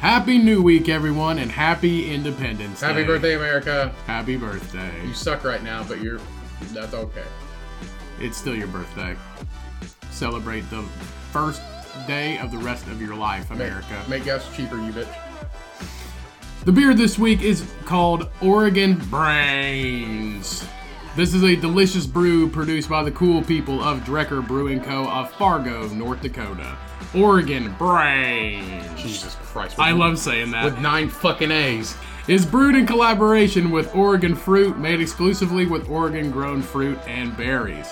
Happy New Week, everyone, and happy Independence Happy Day. birthday, America. Happy birthday. You suck right now, but you're. That's okay. It's still your birthday. Celebrate the first day of the rest of your life, Make- America. Make us cheaper, you bitch. The beer this week is called Oregon Brains. This is a delicious brew produced by the cool people of Drecker Brewing Co. of Fargo, North Dakota. Oregon Brains. Jesus Christ. I with- love saying that. With nine fucking A's. is brewed in collaboration with Oregon Fruit, made exclusively with Oregon grown fruit and berries.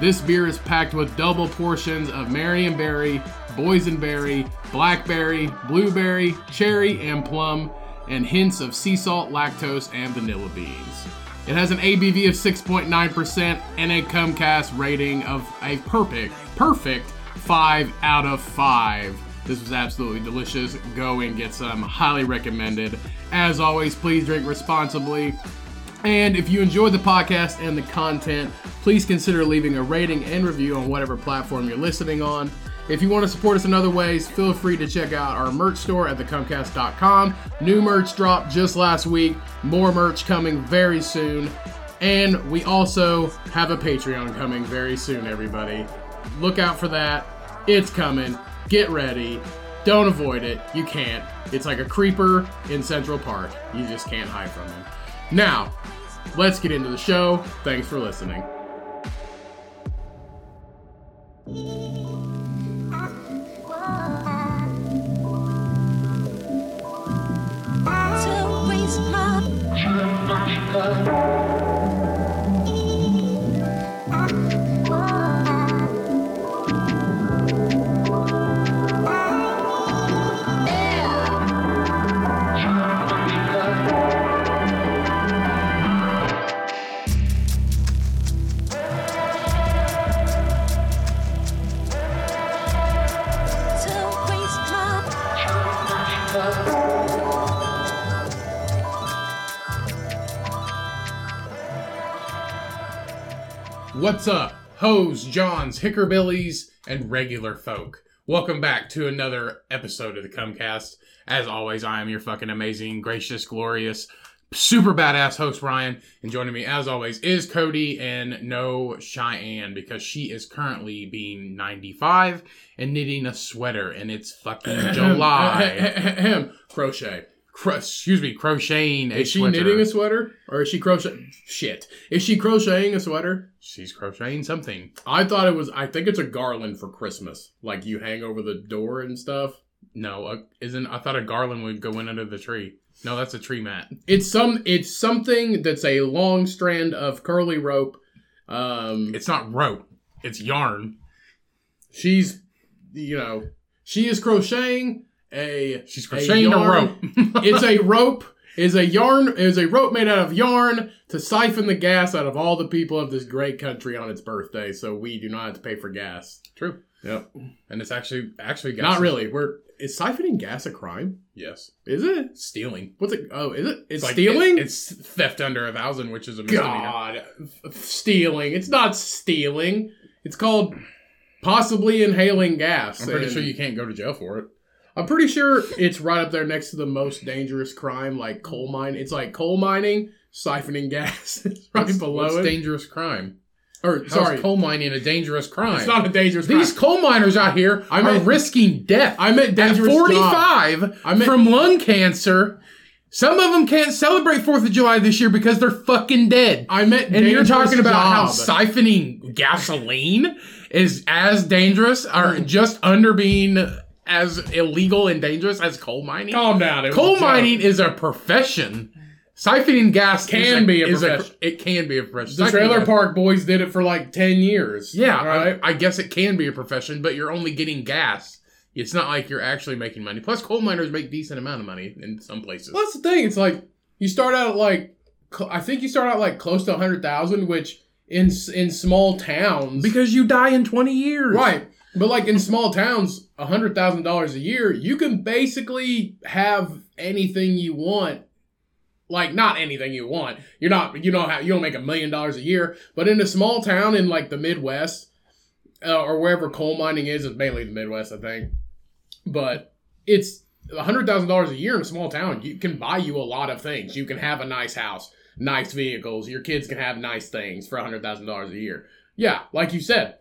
This beer is packed with double portions of Marionberry, Boysenberry, Blackberry, Blueberry, Cherry, and Plum, and hints of sea salt, lactose, and vanilla beans. It has an ABV of 6.9% and a Comcast rating of a perfect, perfect 5 out of 5. This was absolutely delicious. Go and get some. Highly recommended. As always, please drink responsibly. And if you enjoyed the podcast and the content, please consider leaving a rating and review on whatever platform you're listening on. If you want to support us in other ways, feel free to check out our merch store at thecomcast.com. New merch dropped just last week, more merch coming very soon. And we also have a Patreon coming very soon, everybody. Look out for that. It's coming. Get ready. Don't avoid it. You can't. It's like a creeper in Central Park. You just can't hide from him. Now, let's get into the show. Thanks for listening. To raise my to raise my What's up, hoes, johns, hickorbillies, and regular folk? Welcome back to another episode of the Comcast. As always, I am your fucking amazing, gracious, glorious, super badass host Ryan, and joining me as always is Cody and no Cheyenne because she is currently being 95 and knitting a sweater, and it's fucking July. Crochet. Cro- excuse me, crocheting. Is she knitting a sweater, or is she crocheting? Shit, is she crocheting a sweater? She's crocheting something. I thought it was. I think it's a garland for Christmas, like you hang over the door and stuff. No, uh, isn't. I thought a garland would go in under the tree. No, that's a tree mat. It's some. It's something that's a long strand of curly rope. Um, it's not rope. It's yarn. She's, you know, she is crocheting a. She's crocheting a, rope. it's a rope. Is a yarn is a rope made out of yarn to siphon the gas out of all the people of this great country on its birthday, so we do not have to pay for gas. True. Yep. And it's actually actually gas Not is- really. We're is siphoning gas a crime? Yes. Is it? Stealing. What's it? Oh, is it? It's, like- stealing. it's theft under a thousand, which is a misdemeanor. God, F- stealing. It's not stealing. It's called possibly inhaling gas. I'm pretty and- sure you can't go to jail for it. I'm pretty sure it's right up there next to the most dangerous crime, like coal mine. It's like coal mining, siphoning gas. It's right What's- below what's it. dangerous crime. or How's sorry, coal mining a dangerous crime? it's not a dangerous crime. These coal miners out here I are meant- risking death. I meant At dangerous. 45 I meant- from lung cancer. Some of them can't celebrate 4th of July this year because they're fucking dead. I meant and you're dangerous talking about how job. siphoning gasoline is as dangerous or Mm. just under being as illegal and dangerous as coal mining? Calm down. it was a coal joke. mining is a profession. Siphoning gas Can is be a is profession. it can be a profession. The Siphoning Trailer gas- Park Boys did it for like ten years. Yeah, All I- right. I, guess it can be a profession, but you're only getting gas. It's not like you're actually making money. Plus, coal miners make decent amount of money in some places. Well, that's the thing. It's like you start out at like cl- I think you start out like close to hundred thousand, which in s- in small towns Because you die in 20 years. Right. But like in small towns, hundred thousand dollars a year, you can basically have anything you want. Like not anything you want. You're not you don't have, you don't make a million dollars a year. But in a small town in like the Midwest uh, or wherever coal mining is, it's mainly the Midwest, I think. But it's hundred thousand dollars a year in a small town, you can buy you a lot of things. You can have a nice house, nice vehicles. Your kids can have nice things for hundred thousand dollars a year. Yeah, like you said,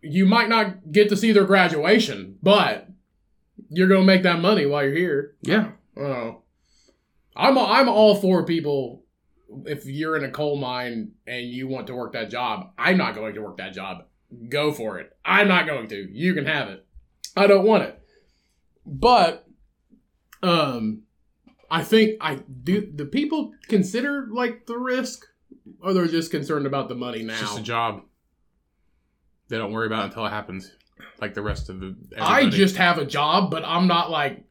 you might not get to see their graduation, but you're gonna make that money while you're here. Yeah. Oh, I'm I'm all for people. If you're in a coal mine and you want to work that job, I'm not going to work that job. Go for it. I'm not going to. You can have it. I don't want it. But um, I think I do. Do people consider like the risk, or they're just concerned about the money now? It's just a job. They don't worry about it until it happens, like the rest of the. I everybody. just have a job, but I'm not like,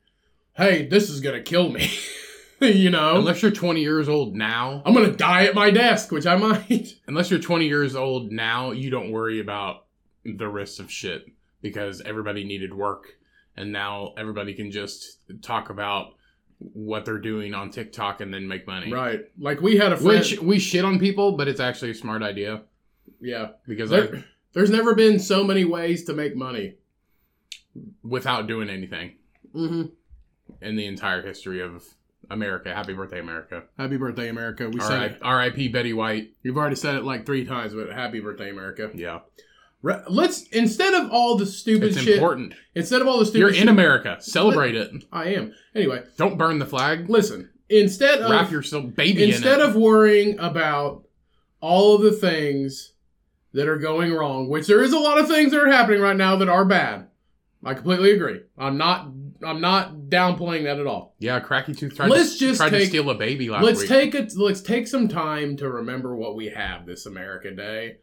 hey, this is gonna kill me. you know, unless you're 20 years old now, I'm gonna die at my desk, which I might. unless you're 20 years old now, you don't worry about the risks of shit because everybody needed work, and now everybody can just talk about what they're doing on TikTok and then make money. Right, like we had a friend. Which we shit on people, but it's actually a smart idea yeah, because I, there, there's never been so many ways to make money. without doing anything Mm-hmm. in the entire history of America. Happy birthday, America. Happy birthday, America! We said R.I- it. R.I.P. Betty White. You've already said it like three times, but happy birthday, America! Yeah. Re- let's instead of all the stupid It's shit. important. Instead of all the stupid You're shit, in America. Celebrate it. I am. Anyway, Don't burn the flag. listen. Instead of Wrap your still baby uh, instead in it. of worrying about all of the things that are going wrong, which there is a lot of things that are happening right now that are bad. I completely agree. I'm not I'm not downplaying that at all. yeah, Cracky Tooth tried, Let's to, just tried take- to steal a baby last let's week. take it let's take some time to remember what we have this America Day.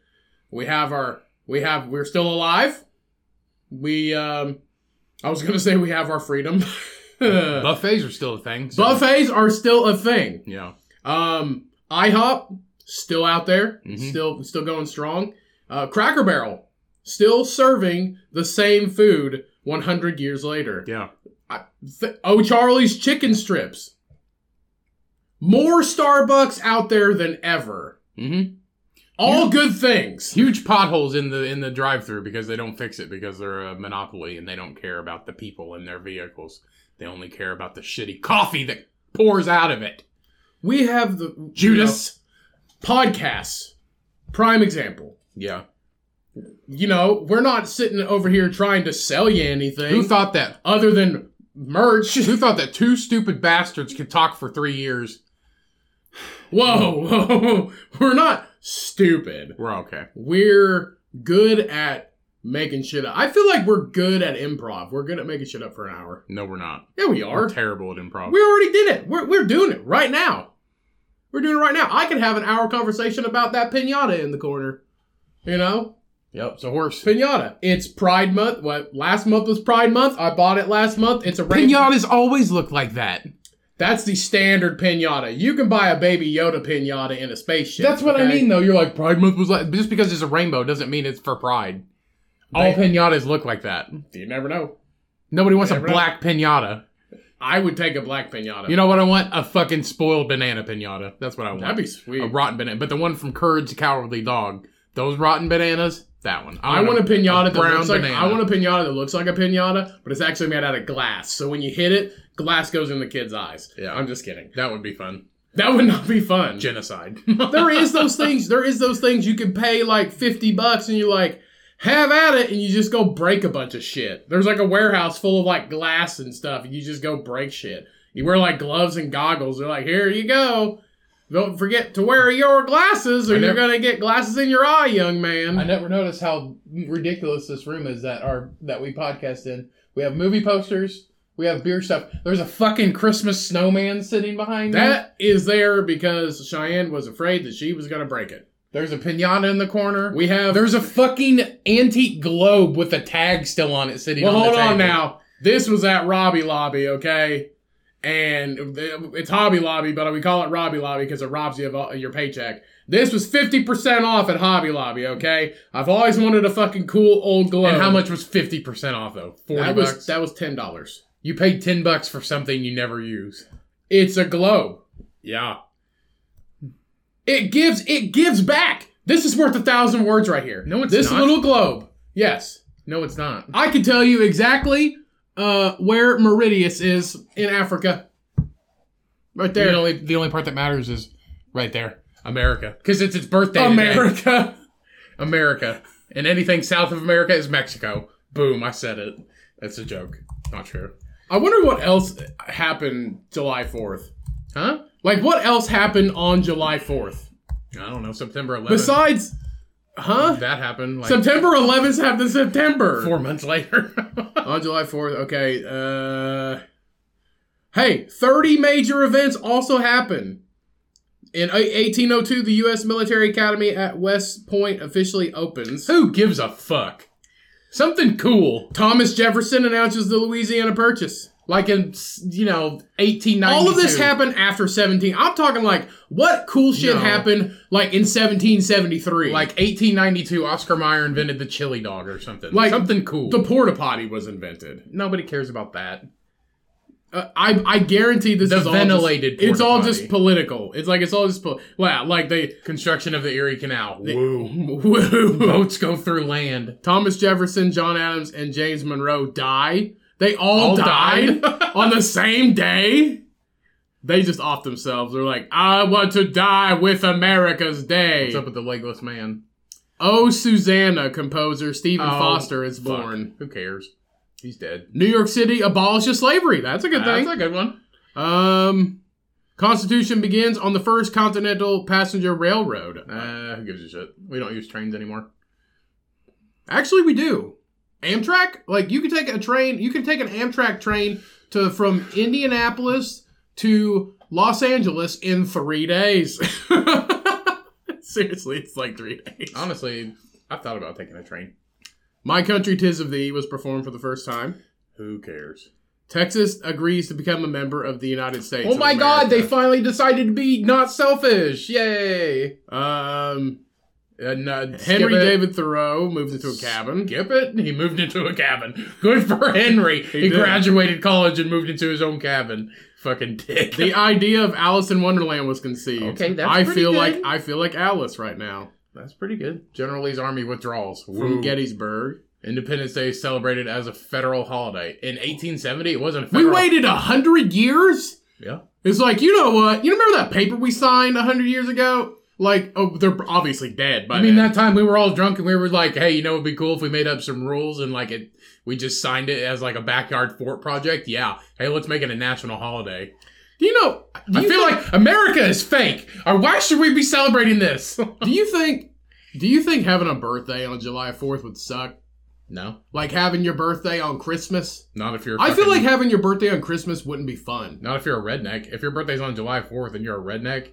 We have our we have we're still alive. We um I was going to say we have our freedom. Buffets are still a thing. so- Hmm. Buffets are still a thing. Yeah. Um, IHOP still out there, Mhm. still still going strong. Uh, Cracker Barrel still serving the same food 100 years later. Yeah. Th- oh, Charlie's chicken strips. More Starbucks out there than ever. Mm-hmm. All good things. Huge potholes in the in the drive through because they don't fix it because they're a monopoly and they don't care about the people and their vehicles. They only care about the shitty coffee that pours out of it. We have the Judas. you know, podcasts. Prime example. Yeah. You know, we're not sitting over here trying to sell you anything Who thought that other than merch. Who thought that two stupid bastards could talk for three years? Whoa, whoa, whoa. We're not stupid. We're okay. We're good at making shit up. I feel like we're good at improv. We're good at making shit up for an hour. No, we're not. Yeah, we We're are. terrible at improv. We already did it. We're, we're doing it right now. We're doing it right now. I could have an hour conversation about that pinata in the corner. You know? yep, it's a horse. Pinata. It's Pride Month. What? Last month was Pride Month. I bought it last month. It's a rain- Pinatas always look like that. That's the standard pinata. You can buy a baby Yoda pinata in a spaceship. That's what I okay? mean, though. You're like Pride Month was like just because it's a rainbow doesn't mean it's for Pride. All They- pinatas look like that. You never know. Nobody wants a Never know. black pinata. I would take a black pinata. You know what I want? A fucking spoiled banana pinata. That's what I want. That'd be a sweet. rotten banana. But the one from Courage the Cowardly Dog. Those rotten bananas. That one. I want a pinata that brown looks like banana. I want a pinata that looks like a pinata, but it's actually made out of glass. So when you hit it, glass goes in the kid's eyes. Yeah. I'm just kidding. That would be fun. That would not be fun. Genocide. there is those things. There is those things you can pay like fifty bucks, and you're like, have at it, and you just go break a bunch of shit. There's like a warehouse full of like glass and stuff, and you just go break shit. You wear like gloves and goggles. They're like, here you go. Don't forget to wear your glasses, or I you're never- gonna get glasses in your eye, young man. I never noticed how ridiculous this room is that our that we podcast in. We have movie posters, we have beer stuff. There's a fucking Christmas snowman sitting behind that. That is there because Cheyenne was afraid that she was going to break it. There's a pinata in the corner. We have. There's a fucking antique globe with a tag still on it sitting. well, on hold the on table. now. This was at Robbie Lobby, okay? And it's Hobby Lobby, but we call it Robbie Lobby because it robs you of all- your paycheck. This was 50% off at Hobby Lobby, okay? I've always wanted a fucking cool old globe. And how much was fifty percent off though? Forty That bucks. was, that was $10. you paid ten bucks for something you never use. It's a globe. Yeah. It gives it gives back. This is worth a thousand words right here. No, it's this not. little globe. Yes. No, it's not. I can tell you exactly uh, where Meridius is in Africa. Right there. The only the only part that matters is right there, America, because it's its birthday. today. America. America, and anything south of America is Mexico. Boom! I said it. That's a joke. Not true. I wonder what else happened July 4th. Huh? Like, what else happened on July 4th? I don't know. September 11th. Besides, huh? that happened like September 11th happened September. four months later. On July 4th, okay. Uh, hey, 30 major events also happen. In a- 1802, the U.S. Military Academy at West Point officially opens. Who gives a fuck? Something cool, Thomas Jefferson announces the Louisiana Purchase. like in you know 1892. All of this happened after 17. I'm talking like what cool shit No. happened like in 1773. Like 1892, Oscar Mayer invented the chili dog or something. Like, something cool. the porta potty was invented. Nobody cares about that. Uh, I I guarantee this The is all just- ventilated it's all porta-potty. just political. It's like it's all just pol- wow. Like they Construction of the Erie Canal. They- Woo. woo. Boats go through land. Thomas Jefferson, John Adams, and James Monroe die. They all, All died died? on the same day. They just off themselves. They're like, I want to die with America's Day. What's up with the legless man? Oh, Susanna, composer Stephen Oh, Foster is fuck. born. Who cares? He's dead. New York City abolishes slavery. That's a good That's thing. a good one. um, Constitution begins on the first Continental Passenger Railroad. Uh, who gives a shit? We don't use trains anymore. Actually, we do. Amtrak, like you can take a train, you can take an Amtrak train to from Indianapolis to Los Angeles in three days. Seriously, it's like three days. Honestly, I've thought about taking a train. My Country Tis of Thee was performed for the first time. Who cares? Texas agrees to become a member of the United States. oh of my god, they America. finally decided to be not selfish. Yay. Um, And, uh, Henry David. David Thoreau moved into a cabin. Skip it. He moved into a cabin. Good for Henry. he did. graduated college and moved into his own cabin. Fucking dick. The idea of Alice in Wonderland was conceived. Okay, that's I pretty feel good. like I feel like Alice right now That's pretty good. General Lee's army withdrawals from Gettysburg. Independence Day is celebrated as a federal holiday. In 1870, it wasn't. a We Federal. waited a hundred years. Yeah. It's like you know what? You remember that paper we signed a hundred years ago? Like, oh, they're obviously dead. By I mean, then. that time we were all drunk and we were like, "Hey, you know, it'd be cool if we made up some rules and like it. We just signed it as like a backyard fort project. Yeah. Hey, let's make it a national holiday. Do you know? Do I you feel think- like America is fake. Or why should we be celebrating this? Do you think? Do you think having a birthday on July Fourth would suck? no, Like having your birthday on Christmas. not if you're. I feel fucking- like having your birthday on Christmas wouldn't be fun. Not if you're a redneck. If your birthday's on July 4th and you're a redneck,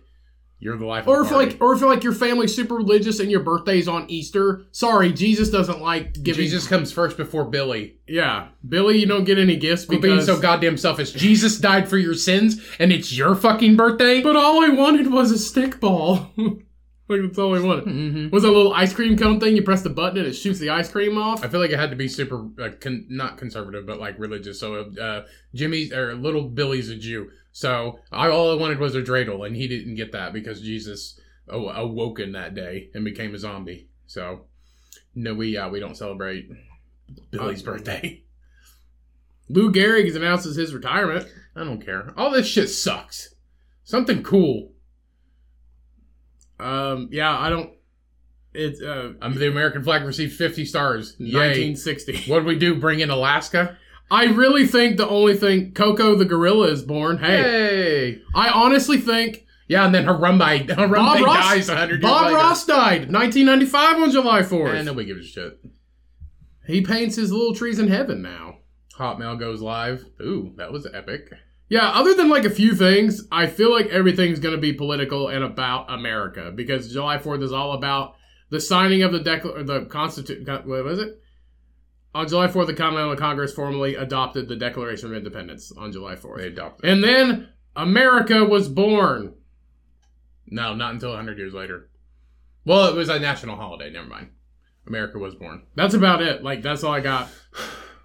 you're the life. Or of if the party. like, or if like your family's super religious and your birthday's on Easter. Sorry, Jesus doesn't like giving. Jesus comes first before Billy. yeah, Billy, you don't get any gifts Quit because. being so goddamn selfish. Jesus died for your sins, and it's your fucking birthday. but all I wanted was a stick ball. like that's all I wanted. Mm-hmm. Was that little ice cream cone thing? You press the button and it shoots the ice cream off. I feel like it had to be super, uh, con- not conservative, but like religious. So uh, Jimmy's or little Billy's a Jew. So I all I wanted was a dreidel, and he didn't get that because Jesus oh, awoken that day and became a zombie. So no, we uh, we don't celebrate Billy's birthday. Lou Gehrig announces his retirement. I don't care. All this shit sucks. Something cool. Um, yeah, I don't. It's uh, Um, the American flag received 50 stars. Yay. 1960. What do we do? Bring in Alaska? I really think the only thing Coco the gorilla is born. Hey, Hey. I honestly think Yeah, and then Harambe, Harambe Bob Ross- dies 100 years Bob later. Ross died 1995 on July 4th. And nobody gives a shit. He paints his little trees in heaven now. Hotmail goes live. Ooh, that was epic. Yeah, other than like a few things, I feel like everything's going to be political and about America because July 4th is all about the signing of the decla- or the constitution what was it? On July 4th, the Continental Congress formally adopted the Declaration of Independence on July 4th. They adopted it. And then America was born. No, not until 100 years later. Well, it was a national holiday. Never mind. America was born. That's about it. Like that's all I got.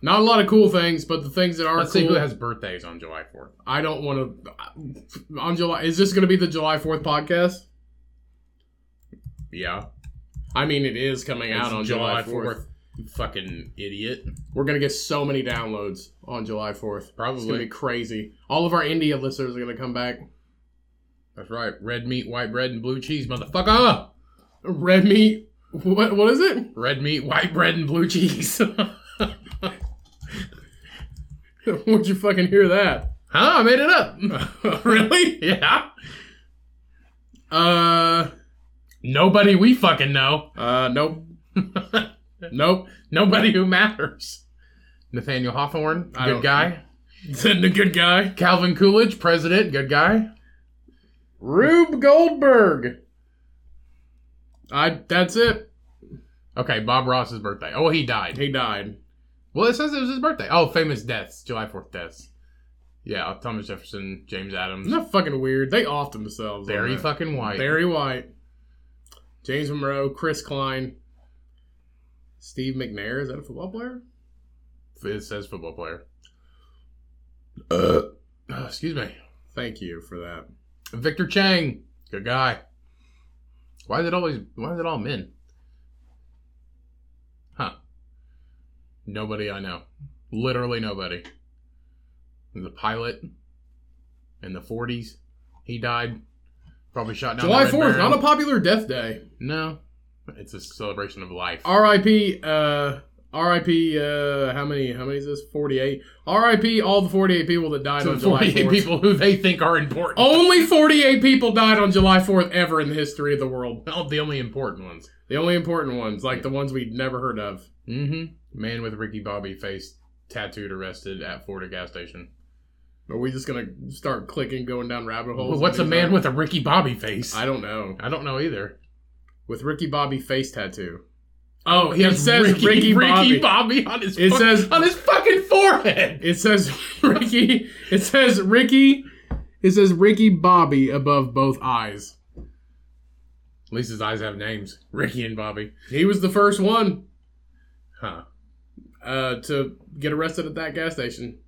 Not a lot of cool things, but the things that are Let's cool. see who has birthdays on July 4th. I don't want to. On July, is this going to be the July Fourth podcast? Yeah. I mean, it is coming out It's on July Fourth. You fucking idiot. We're gonna get so many downloads on July fourth. It's gonna be Probably. crazy. All of our India listeners are gonna come back. That's right. Red meat, white bread, and blue cheese, motherfucker. Red meat. What what is it? Red meat, white bread, and blue cheese. huh? Where'd you fucking hear that? I made it up. really? Yeah. Uh, Nobody we fucking know. uh, nope, nope. Nobody who matters. Nathaniel Hawthorne, I good don't- guy. Isn't a good guy. Calvin Coolidge, president, good guy. Rube Goldberg. I. That's it. Okay, Bob Ross's birthday. Oh, he died. He died. Well, it says it was his birthday. Oh, famous deaths, July 4th deaths. Yeah, Thomas Jefferson, James Adams, Isn't that fucking weird? They off themselves. on Barry that. fucking White. Barry White, James Monroe, Chris Klein, Steve McNair. Is that a football player? It says football player. Uh. Oh, excuse me. Thank you for that. Victor Chang, good guy. Why is it always? Why is it all men? Huh? Nobody I know. Literally nobody. The pilot in the forties, he died. Probably shot down. July Fourth, not a popular death day. no. It's a celebration of life. R.I.P. Uh, R.I.P. Uh, how many? How many is this? Forty-eight. R.I.P. All the forty-eight people that died So on July 48 Fourth. people who they think are important. Only forty-eight people died on July Fourth ever in the history of the world. Oh, the only important ones. The only important ones, like the ones we'd never heard of. Mm-hmm. Man with Ricky Bobby face tattooed arrested at Florida gas station. Are we just gonna start clicking, going down rabbit holes? Well, what's a man with a Ricky Bobby face? I don't know. I don't know either. With Ricky Bobby face tattoo. Oh, It says Ricky Ricky Bobby on his It fuck- says- on his fucking forehead. It says Ricky. It says Ricky. It says Ricky Bobby above both eyes. At least his eyes have names. Ricky and Bobby. He was the first one Huh. uh, to get arrested at that gas station.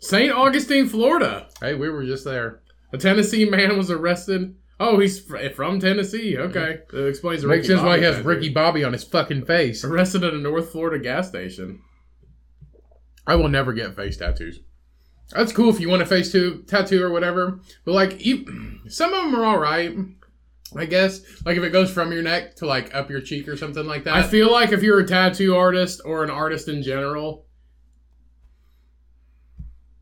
St. Augustine, Florida. Hey, we were just there. A Tennessee man was arrested. Oh, he's fr- from Tennessee. Okay. That explains the Mm-hmm. Makes Ricky sense why Bobby he has tattoo. Ricky Bobby on his fucking face. Arrested at a North Florida gas station. I will never get face tattoos. That's cool if you want a face to, tattoo or whatever, but like you, some of them are all right, I guess. Like if it goes from your neck to like up your cheek or something like that. I feel like if you're a tattoo artist or an artist in general,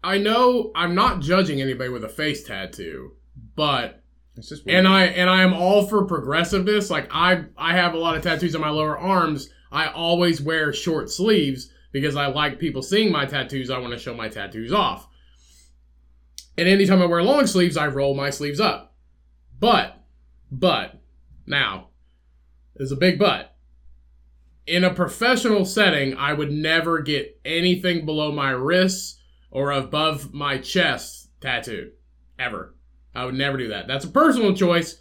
I know I'm not judging anybody with a face tattoo, but it's just and I and I am all for progressiveness. Like I I have a lot of tattoos on my lower arms. I always wear short sleeves because I like people seeing my tattoos. I want to show my tattoos off. And anytime I wear long sleeves, I roll my sleeves up. But but now there's a big but. In a professional setting, I would never get anything below my wrists or above my chest tattooed ever. I would never do that. That's a personal choice.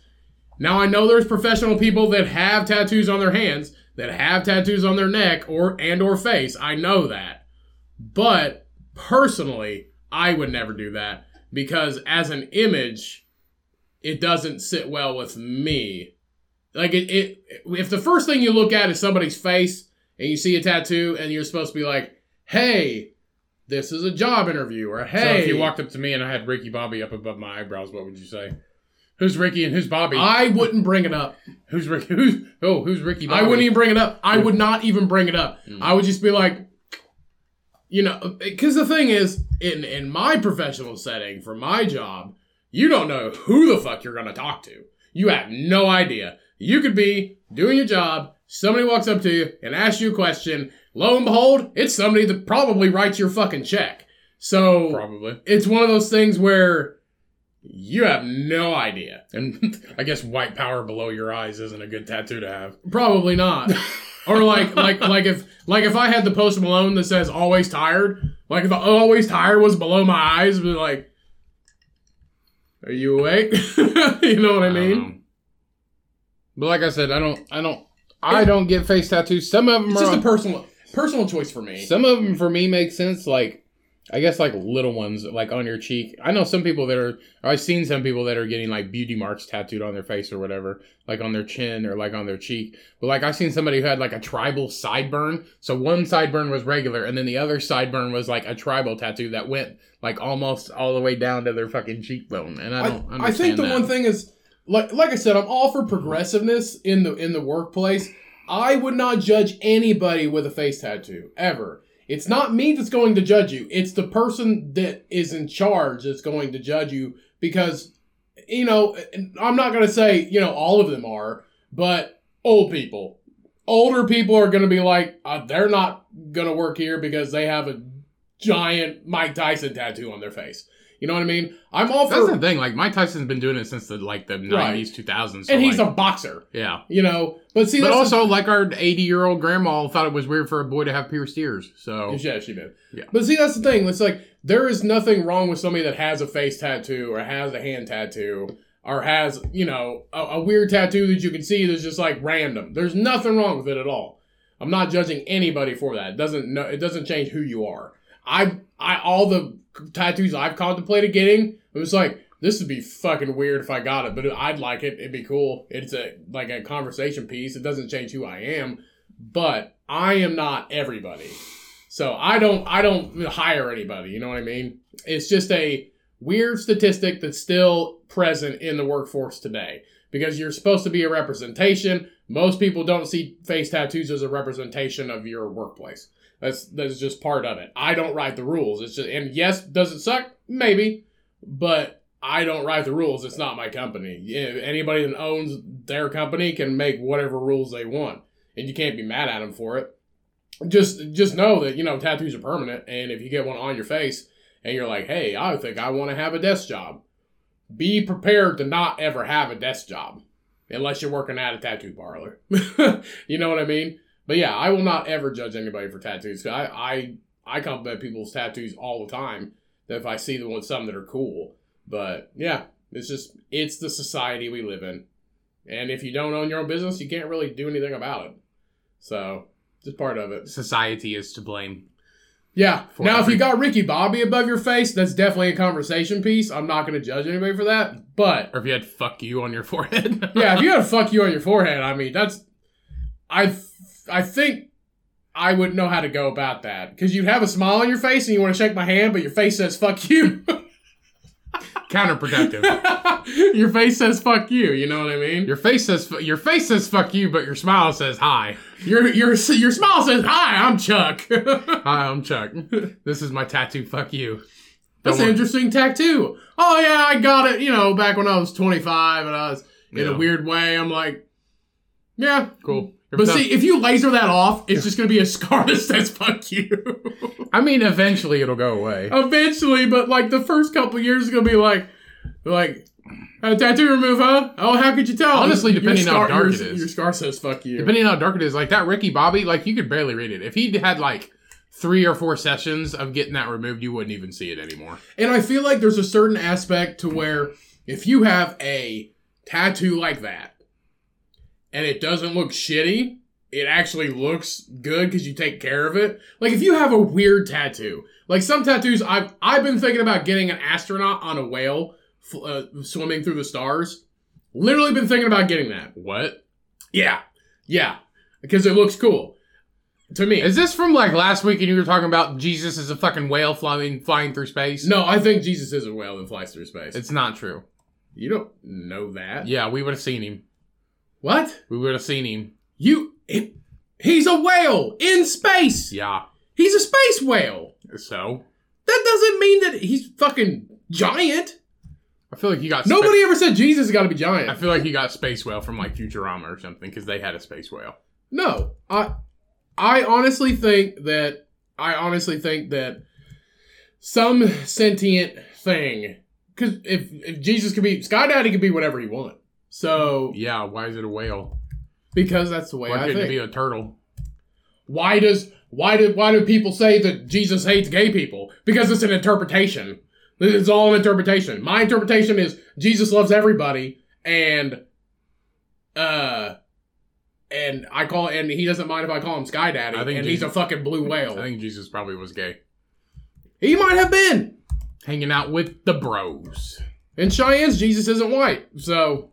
Now I know there's professional people that have tattoos on their hands, that have tattoos on their neck or and or face. I know that. But personally, I would never do that because as an image, it doesn't sit well with me. Like it, it if the first thing you look at is somebody's face and you see a tattoo and you're supposed to be like, "Hey, this is a job interview," or "Hey, So if you walked up to me and I had Ricky Bobby up above my eyebrows, what would you say? Who's Ricky and who's Bobby? I wouldn't bring it up. who's Ricky? Who's oh? Who's Ricky? Bobby? I wouldn't even bring it up. I would not even bring it up. Mm. I would just be like, you know, because the thing is, in in my professional setting for my job, you don't know who the fuck you're gonna talk to. You have no idea. You could be doing your job. Somebody walks up to you and asks you a question. Lo and behold, it's somebody that probably writes your fucking check. So probably. it's one of those things where you have no idea. And I guess white power below your eyes isn't a good tattoo to have. Probably not. or like like like if like if I had the post Malone that says always tired, like if the always tired was below my eyes, I'd be like Are you awake? you know what I mean? don't know. But like I said, I don't, I don't, I don't get face tattoos. Some of them It's just a are, personal personal choice for me. some of them for me make sense. Like I guess like little ones, like on your cheek. I know some people that are. I've seen some people that are getting like beauty marks tattooed on their face or whatever, like on their chin or like on their cheek. But like I've seen somebody who had like a tribal sideburn. So one sideburn was regular, and then the other sideburn was like a tribal tattoo that went like almost all the way down to their fucking cheekbone. And I I, don't. I, think the one thing thing. is like like I said, I'm all for progressiveness in the in the workplace. I would not judge anybody with a face tattoo ever. It's not me that's going to judge you. It's the person that is in charge that's going to judge you because you know and I'm not going to say you know all of them are, but old people, older people are going to be like uh, they're not going to work here because they have a giant Mike Tyson tattoo on their face. You know what I mean? I'm all for That's the thing. Like Mike Tyson's been doing it since the like the nineties, two thousands. and he's a boxer, yeah. you know. But see, But that's also, like our eighty-year-old grandma thought it was weird for a boy to have pierced ears. the, So yeah, she did. Yeah. But see, that's the thing. It's like there is nothing wrong with somebody that has a face tattoo or has a hand tattoo or has you know a, a weird tattoo that you can see that's just like random. There's nothing wrong with it at all. I'm not judging anybody for that. It doesn't no, it doesn't change who you are. I I all the tattoos I've contemplated getting, it was like this would be fucking weird if I got it, but I'd like it. It'd be cool. It's a like a conversation piece. It doesn't change who I am, but I am not everybody. So I don't I don't hire anybody, you know what I mean? It's just a weird statistic that's still present in the workforce today because you're supposed to be a representation. Most people don't see face tattoos as a representation of your workplace. That's that's just part of it. I don't write the rules. It's just and yes, does it suck? Maybe, but I don't write the rules. It's not my company. Yeah, Anybody that owns their company can make whatever rules they want, and you can't be mad at them for it. Just just know that you know tattoos are permanent, and if you get one on your face and you're like, hey, I think I want to have a desk job, be prepared to not ever have a desk job unless you're working at a tattoo parlor. you know what I mean? But yeah, I will not ever judge anybody for tattoos. I I, I compliment people's tattoos all the time. If I see the ones some that are cool, but yeah, it's just it's the society we live in, and if you don't own your own business, you can't really do anything about it. So just part of it. society is to blame. Yeah. For now, if every- you got Ricky Bobby above your face, that's definitely a conversation piece. I'm not going to judge anybody for that, but Or if you had "fuck you" on your forehead. yeah, if you had fuck you on your forehead, I mean, that's I th- I think I would know how to go about that because you'd have a smile on your face and you want to shake my hand, but your face says fuck you. counterproductive. your face says fuck you. You know what I mean? your face says your face says "fuck you," but your smile says "hi." Your your your smile says hi. I'm Chuck. Hi, I'm Chuck. This is my tattoo. Fuck you. That's Don't an worry. interesting tattoo. Oh yeah, I got it. You know, back when I was 25 and I was in Yeah. a weird way. I'm like, yeah, Cool. But see, if you laser that off, it's just gonna be a scar that says "fuck you" I mean, eventually it'll go away. eventually. But like the first couple years is gonna be like, like a tattoo remove, huh? Oh, how could you tell? Honestly, depending your on how dark your, it is. your scar says "fuck you." Depending on how dark it is, like that Ricky Bobby, like you could barely read it. If he had like three or four sessions of getting that removed, you wouldn't even see it anymore. And I feel like there's a certain aspect to where if you have a tattoo like that and it doesn't look shitty, it actually looks good because you take care of it. Like if you have a weird tattoo, like some tattoos, I've I've been thinking about getting an astronaut on a whale f- uh, swimming through the stars. Literally been thinking about getting that. What Yeah, yeah, because it looks cool to me. is this from? Like last week, and you were talking about Jesus is a fucking whale flying flying through space. no, I think Jesus is a whale that flies through space. it's not true. you don't know that. Yeah, we would have seen him. What? We would have seen him. You, it, he's a whale in space. Yeah. He's a space whale. So That doesn't mean that he's fucking giant. I feel like you got spa- Nobody ever said Jesus has got to be I giant. feel like you got space whale from like Futurama or something because they had a space whale. No, I, I honestly think that I honestly think that some sentient thing, because if if Jesus could be Sky Daddy could be whatever he want. So Yeah. Why is it a whale? because that's the way Why I couldn't think. it be a turtle? why does why do why do people say that Jesus hates gay people? Because it's an interpretation. It's all an interpretation. My interpretation is Jesus loves everybody, and uh, and I call and he doesn't mind if I call him Sky Daddy, I think and Jesus- he's a fucking blue I whale. think Jesus probably was gay. He might have been hanging out with the bros. In Cheyenne's, Jesus isn't white, so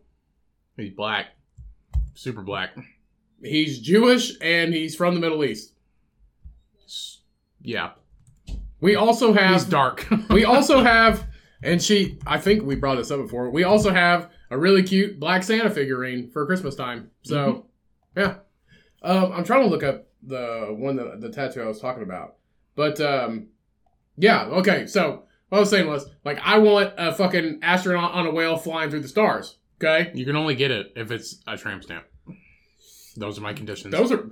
he's black, super black. He's Jewish and he's from the Middle East. S- Yeah. We also have He's dark. we also have, and she, I think we brought this up before. We also have a really cute Black Santa figurine for Christmas time. So, yeah, Mm-hmm. um, I'm trying to look up the one that the tattoo I was talking about, but um, yeah, okay. So what I was saying was, like, I want a fucking astronaut on a whale flying through the stars. Okay, you can only get it if it's a tramp stamp. Those are my conditions. those are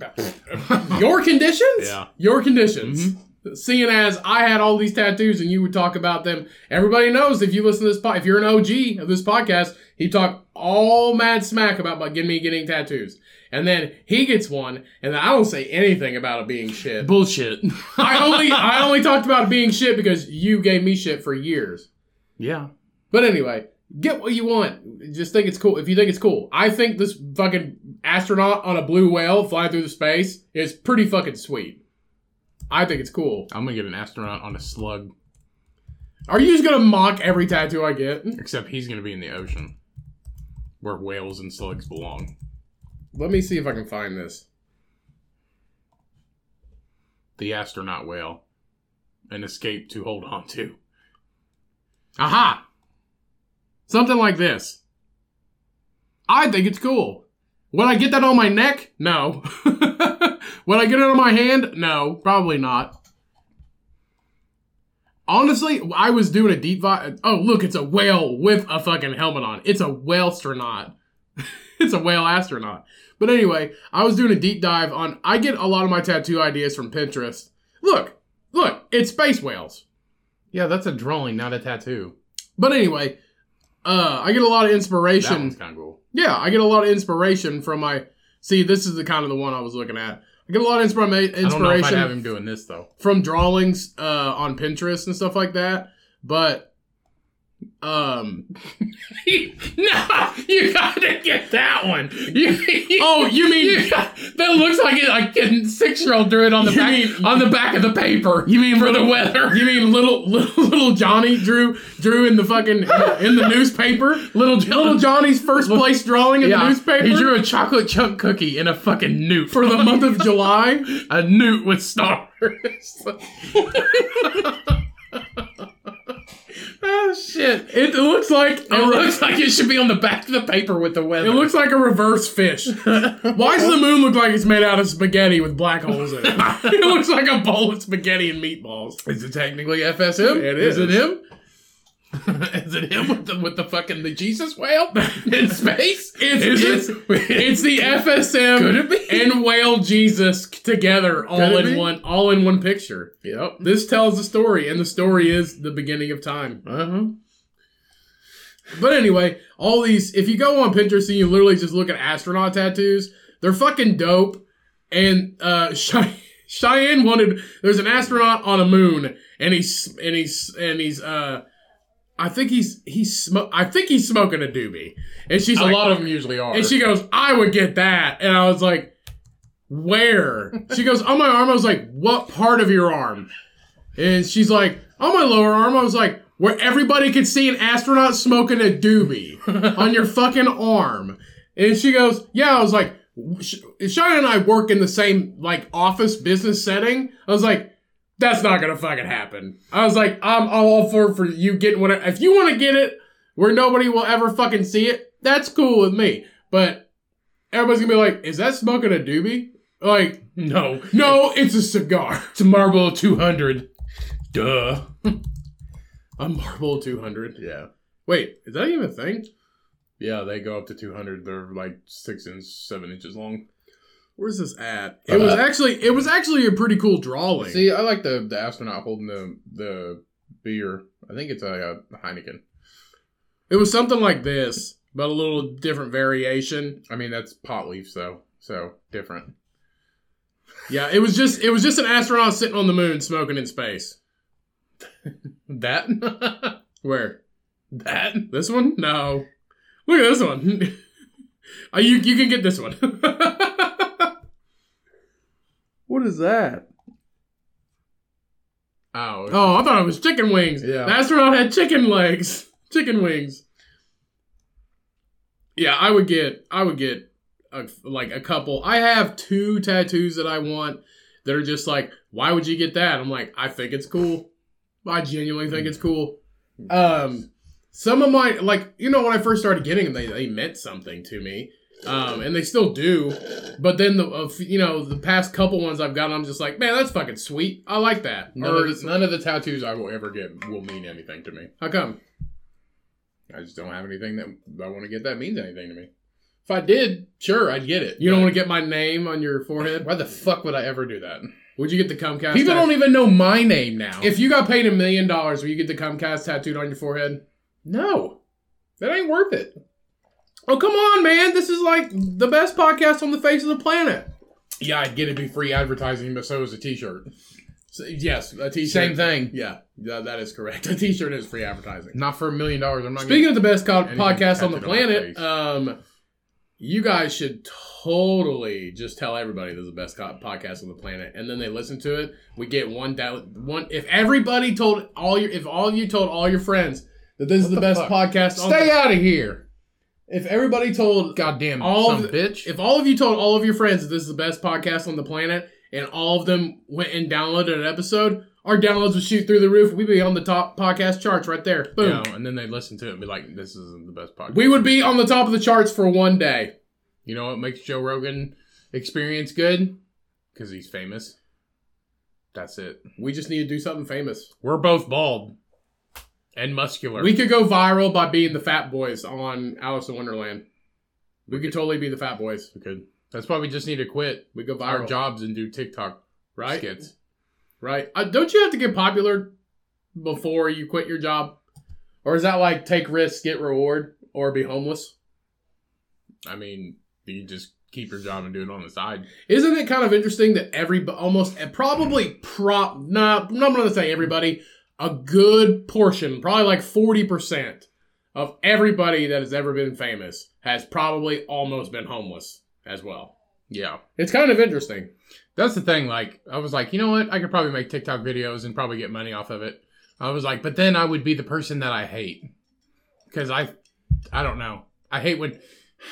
your conditions. Yeah. your conditions. Seeing as I had all these tattoos and you would talk about them, everybody knows if you listen to this pod, if you're an OG of this podcast, he talked all mad smack about, about getting me getting tattoos. And then he gets one, and then I don't say anything about it being shit. bullshit. I only I only talked about it being shit because you gave me shit for years. yeah. But anyway, get what you want. Just think it's cool. If you think it's cool, I think this fucking astronaut on a blue whale flying through the space is pretty fucking sweet. I think it's cool. I'm gonna get an astronaut on a slug, Are you just gonna mock every tattoo I get? except he's gonna be in the ocean, where whales and slugs belong. Let me see if I can find this. The astronaut whale, an escape to hold on to. Aha! Something like this. I think it's cool. Would I get that on my neck? No. Would I get it on my hand? No, probably not. Honestly, I was doing a deep vibe. Oh, look, it's a whale with a fucking helmet on. It's a whale astronaut. it's a whale astronaut. But anyway, I was doing a deep dive on. I get a lot of my tattoo ideas from Pinterest. Look, look, it's space whales. Yeah, that's a drawing, not a tattoo. But anyway, uh, I get a lot of That inspiration. one's kind of cool. Yeah, I get a lot of inspiration from my. See, this is the kind of the one I was looking at. I get a lot of inspira- I don't know if I'd inspiration have him doing this though. from drawings uh, on Pinterest and stuff like that. But, um, no, you gotta get that one. oh, you mean that looks like it, like a six year old drew it on the back- on the back of the paper. You mean for the weather? you mean little little, little Johnny drew drew in the fucking in the newspaper? Little Little Johnny's first place drawing in the newspaper He drew a chocolate chunk cookie in a fucking newt for the month of July. a newt with stars. oh shit! It looks like It looks like it should be on the back of the paper with the weather. It looks like a reverse fish. Why does the moon look like it's made out of spaghetti with black holes in it? it looks like a bowl of spaghetti and meatballs. Is it technically FSM? It Is is. it him? is it him with the, with the fucking the Jesus whale in space? It's, it's, Is it's the FSM Could it be? and whale Jesus together all Could in it be? one all in one picture. Yep. This tells the story, and the story is the beginning of time. Uh-huh. But anyway, all these, if you go on Pinterest and you literally just look at astronaut tattoos, they're fucking dope. And uh, Chey- Cheyenne wanted, there's an astronaut on a moon, and he's, and he's, and he's, uh, I think he's, he's, smo- I think he's smoking a doobie. And she's a like, lot of them usually are. and she goes, I would get that. And I was like, where? She goes, on my arm. I was like, what part of your arm? And she's like, on my lower arm. I was like, where everybody could see an astronaut smoking a doobie on your fucking arm. And she goes, yeah. I was like, Sh- Shia and I work in the same like office business setting. I was like, that's not gonna fucking happen. I was like, I'm all for for you getting whatever. If you want to get it where nobody will ever fucking see it, that's cool with me. But everybody's gonna be like, is that smoking a doobie? Like, no, no, it's a cigar. it's Marble 200. Duh. A Marble 200. Yeah. Wait, is that even a thing? Yeah, they go up to 200. They're like six and seven inches long. Where's this at? It Uh, was actually it was actually a pretty cool drawing. See, I like the, the astronaut holding the the beer. I think it's a, a Heineken. It was something like this, but a little different variation. I mean, that's pot leaf, though, so different. Yeah, it was just it was just an astronaut sitting on the moon smoking in space. That? Where? that? This one? No. Look at this one. Uh, you you can get this one. What is that? Oh, Oh, I thought it was chicken wings. Yeah. The astronaut had chicken legs. Chicken wings. Yeah, I would get I would get a, like a couple. I have two tattoos that I want that are just like, why would you get that? I'm like, I think it's cool. I genuinely think it's cool. Um some of my like you know when I first started getting them they, they meant something to me. Um and they still do. But then the uh, you know the past couple ones I've gotten I'm just like, man, that's fucking sweet. I like that. none, or of the, none of the tattoos I will ever get will mean anything to me. how come? I just don't have anything that I want to get that means anything to me. If I did, sure, I'd get it. You don't want to get my name on your forehead? Why the fuck would I ever do that? Would you get the Comcast? People tat- don't even know my name now. If you got paid a million dollars, will you get the Comcast tattooed on your forehead? no, that ain't worth it. Oh come on, man! This is like the best podcast on the face of the planet. Yeah, I'd get it be free advertising, but so is a T-shirt. So, yes, a T-shirt. Same thing. Yeah, tha- that is correct. A T-shirt is free advertising. Not for a million dollars. I'm not. Speaking of the best co- Anything podcast on the tattooed on my planet, face. um, you guys should totally just tell everybody this is the best co- podcast on the planet, and then they listen to it. We get one da- one. If everybody told all your, if all of you told all your friends that this is the, What the best fuck? podcast, on stay the- out of here, If everybody told, goddamn All some of bitch. if all of you told all of your friends that this is the best podcast on the planet, and all of them went and downloaded an episode, our downloads would shoot through the roof. We'd be on the top podcast charts right there. Boom. Yeah, and then they listen to it and be like, "This isn't the best podcast." We would be on the top of the charts for one day. you know what makes Joe Rogan experience good? Because he's famous. That's it. We just need to do something famous. We're both bald and muscular. We could go viral by being the Fat Boys on Alice in Wonderland. We could totally be the Fat Boys. We could. That's why we just need to quit We go our viral, jobs and do TikTok right? skits. Right? Uh, don't you have to get popular before you quit your job, or is that like take risks, get reward, or be homeless? I mean, you just keep your job and do it on the side. Isn't it kind of interesting that every almost probably prop not I'm not gonna say everybody a good portion probably like forty percent of everybody that has ever been famous has probably almost been homeless as well. Yeah. It's kind of interesting. That's the thing. Like, I was like, you know what? I could probably make TikTok videos and probably get money off of it. I was like, but then I would be the person that I hate because I, I don't know. I hate when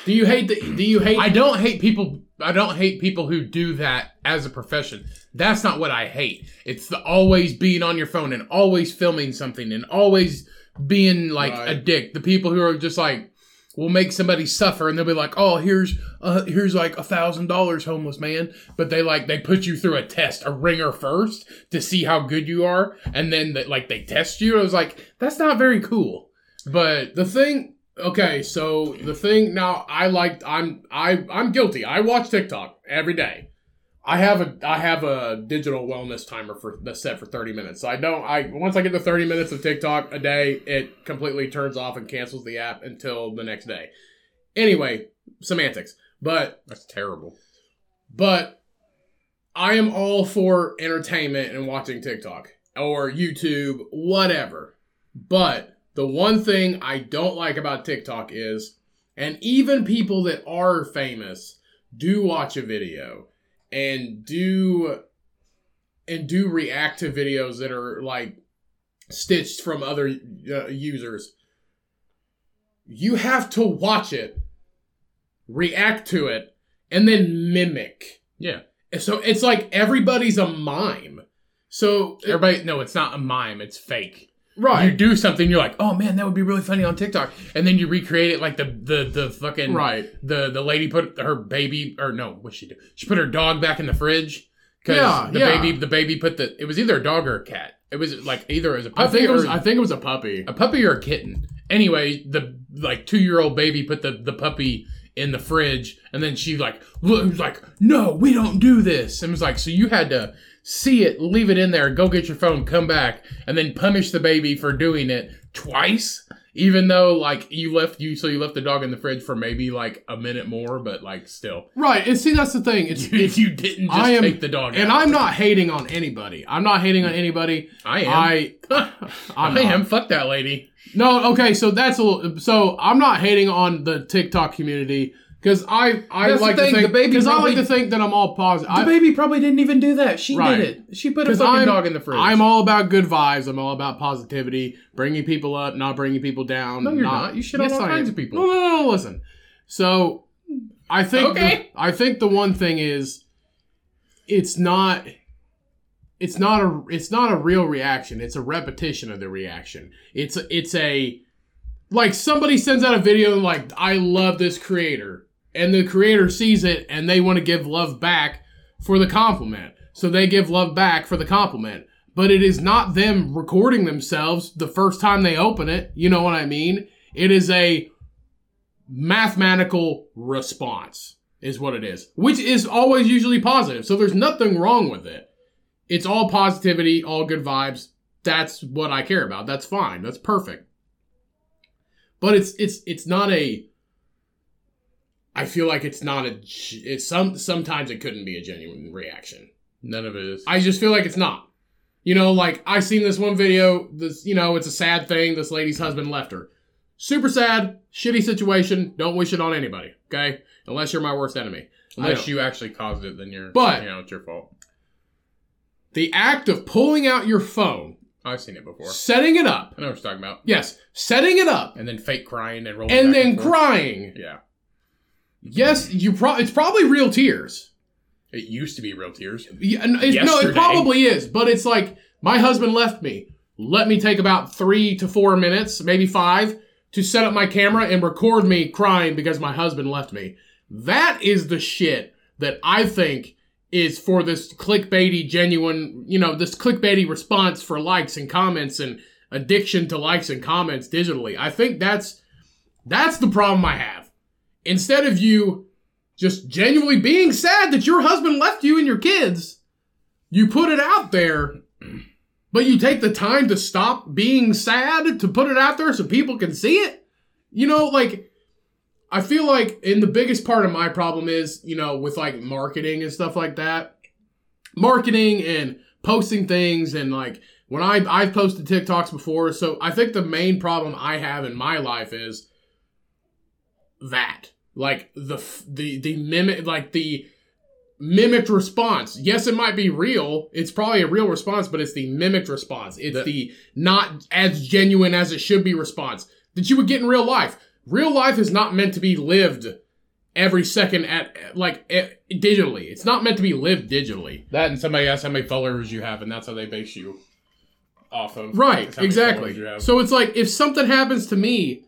Do you hate the Do you hate? I don't hate people. I don't hate people who do that as a profession. That's not what I hate. It's the always being on your phone and always filming something and always being like Right. a dick. The people who are just like will make somebody suffer and they'll be like, "Oh, here's uh, here's like a thousand dollars, homeless man," but they like they put you through a test, a ringer first to see how good you are, and then they, like they test you. I was like, that's not very cool. But the thing. Okay, so the thing now I liked I'm I I'm guilty. I watch TikTok every day. I have a I have a digital wellness timer for that's set for 30 minutes. So I don't I once I get to 30 minutes of TikTok a day, it completely turns off and cancels the app until the next day. Anyway, semantics. But that's terrible. but I am all for entertainment and watching TikTok or YouTube, whatever. But the one thing I don't like about TikTok is, and even people that are famous do watch a video and do and do react to videos that are like stitched from other uh, users. You have to watch it, react to it, and then mimic. Yeah. So it's like everybody's a mime. So Everybody, no, it's not a mime. It's fake. right, you do something, you're like, oh man, that would be really funny on TikTok, and then you recreate it like the the the fucking right. the the lady put her baby or no, what she do? She put her dog back in the fridge because Yeah, the yeah. baby the baby put the it was either a dog or a cat. It was like either as a I puppy think it or was. I think it was a puppy. a puppy or a kitten. Anyway, the like two year old baby put the the puppy in the fridge, and then she like look, was like, "No, we don't do this." And was like, "So you had to see it, leave it in there, go get your phone, come back, and then punish the baby for doing it twice." Even though like you left you so you left the dog in the fridge for maybe like a minute more, but like still, Right, and see that's the thing. It's, you, it's you didn't just I am- take the dog. and out. I'm not hating on anybody. I'm not hating on anybody. I am I I I'm am fuck that lady. No, okay, so that's a little, so I'm not hating on the TikTok community Because I, I That's the like thing, to the think baby because I like probably- to think that I'm all positive. The baby probably didn't even do that. She Right. did it. She put a 'Cause fucking I'm- dog in the fridge. I'm all about good vibes. I'm all about positivity, bringing people up, not bringing people down. No, you're not. You shit on all I kinds am. of people. No, no, no. Listen. So, I think Okay. the, I think the one thing is, it's not. It's not a it's not a real reaction. It's a repetition of the reaction. It's a, it's a like somebody sends out a video like I love this creator and the creator sees it and they want to give love back for the compliment. So they give love back for the compliment. But it is not them recording themselves the first time they open it. You know what I mean? It is a mathematical response, is what it is, which is always usually positive. So there's nothing wrong with it. It's all positivity, all good vibes. That's what I care about. That's fine. That's perfect. But it's it's it's not a I feel like it's not a. g- It's some sometimes it couldn't be a genuine reaction. None of it is. I just feel like it's not. You know, like I seen this one video. This you know, it's a sad thing. This lady's husband left her. Super sad, shitty situation. Don't wish it on anybody. Okay, unless you're my worst enemy. Unless Unless you, you actually caused it, then you're. But- you know, it's your fault. the act of pulling out your phone, I've seen it before. setting it up. I know what you're talking about. Yes, setting it up And then fake crying and rolling. and back then forth. crying. Yeah. Yes, you. Pro- it's probably real tears. It used to be real tears. Yeah, and it's- no, it Yesterday. probably is, but it's like my husband left me. Let me take about three to four minutes, maybe five, to set up my camera and record me crying because my husband left me. That is the shit that I think is for this clickbaity, genuine, you know, this clickbaity response for likes and comments and addiction to likes and comments digitally. I think that's that's the problem I have. Instead of you just genuinely being sad that your husband left you and your kids. You put it out there, but you take the time to stop being sad to put it out there so people can see it. You know, like I feel like and the biggest part of my problem is, you know, with like marketing and stuff like that. Marketing and posting things and like when I I've posted TikToks before, so I think the main problem I have in my life is that like the f- the the mimic like the mimicked response yes it might be real it's probably a real response but it's the mimicked response it's The- the not as genuine as it should be response that you would get in real life real life is not meant to be lived every second at like eh, digitally it's not meant to be lived digitally That and somebody asks how many followers you have, and that's how they base you off of. Right, how many followers exactly. you have. So it's like if something happens to me,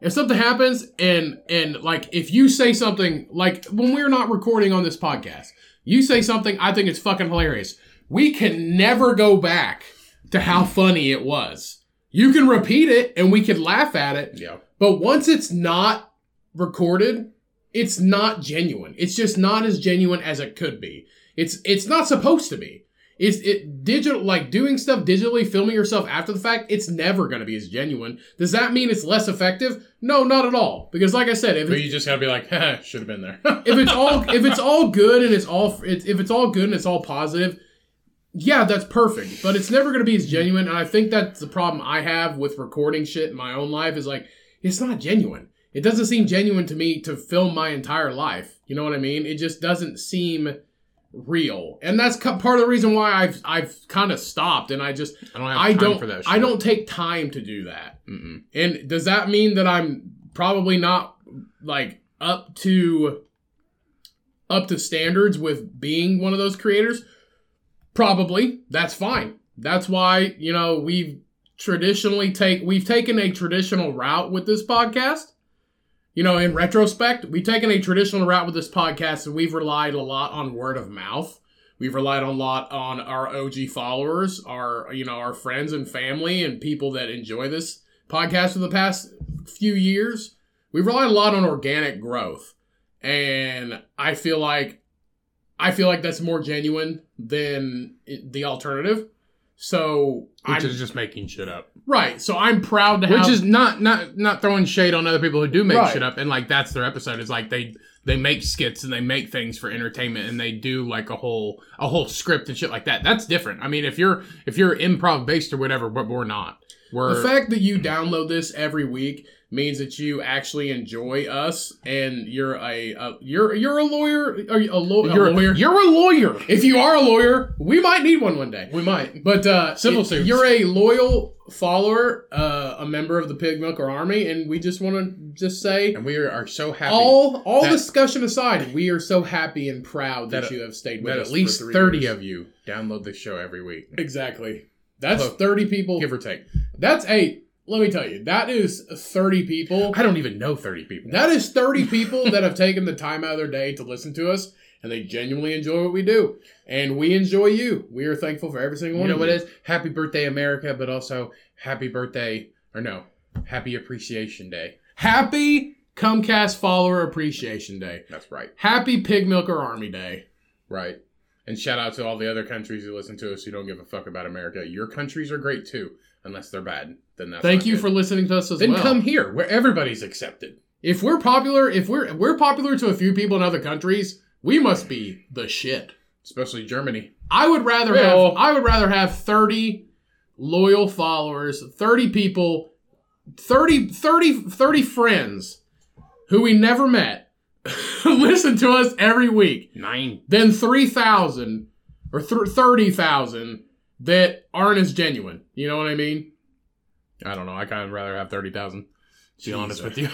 if something happens and and like if you say something like when we're not recording on this podcast, you say something I think it's fucking hilarious. We can never go back to how funny it was. You can repeat it and we can laugh at it, yeah. but once it's not recorded, it's not genuine. It's just not as genuine as it could be. It's it's not supposed to be. It's it digital like doing stuff digitally, filming yourself after the fact, it's never gonna be as genuine. Does that mean it's less effective? No, not at all. Because like I said, if But it's, you just gotta be like, should have been there. if it's all if it's all good and it's all it's, if it's all good and it's all positive, yeah, that's perfect. But it's never gonna be as genuine. And I think that's the problem I have with recording shit in my own life is like it's not genuine. It doesn't seem genuine to me to film my entire life. You know what I mean? It just doesn't seem real, and that's cu- part of the reason why I've I've kind of stopped, and I just I don't have I time don't for that. I don't take time to do that. Mm-mm. And does that mean that I'm probably not like up to up to standards with being one of those creators? Probably. That's fine. That's why, you know, we've traditionally take we've taken a traditional route with this podcast. You know, in retrospect, we've taken a traditional route with this podcast and we've relied a lot on word of mouth. We've relied a lot on our OG followers, our you know, our friends and family and people that enjoy this podcast for the past few years, we've relied a lot on organic growth. And I feel like I feel like that's more genuine than it- the alternative. So Which I'm is just making shit up. right. So I'm proud to have Which is not not not throwing shade on other people who do make Right. shit up. And like that's their episode. It's like they they make skits and they make things for entertainment and they do like a whole a whole script and shit like that. That's different. I mean, if you're if you're improv based or whatever, but we're not. We're the fact that you download this every week means that you actually enjoy us, and you're a, a you're you're a lawyer. Are you a, lo- a You're a- lawyer? You're a lawyer. If you are a lawyer, we might need one one day. We might. But uh, Civil if suits. You're a loyal follower, uh, a member of the Pig Milker Army, and we just want to just say, And we are so happy all all that- discussion aside, we are so happy and proud that, That- you have stayed with that us at least for three 30 years. of you download this show every week, exactly. That's Close. thirty people. give or take. That's eight. Let me tell you, that is thirty people. I don't even know 30 people. That is 30 people that have taken the time out of their day to listen to us, and they genuinely enjoy what we do. And we enjoy you. We are thankful for every single You one know of what you. it is? Happy birthday, America, but also happy birthday, or no, happy appreciation day. Happy Comcast Follower Appreciation Day. That's right. Happy Pig Milker Army Day. Right. And shout out to all the other countries who listen to us who don't give a fuck about America. Your countries are great too, unless they're bad. Then that's Thank not you good. for listening to us as Then well. come here where everybody's accepted. if we're popular, if we're if we're popular to a few people in other countries, we must be the shit. Especially Germany. I would rather Well- have I would rather have 30 loyal followers, 30 people, 30 30 30 friends who we never met listen to us every week Nine. than 3,000 or th- 30,000 that aren't as genuine. You know what I mean? I don't know. I kind of rather have 30,000. To be honest with Jesus.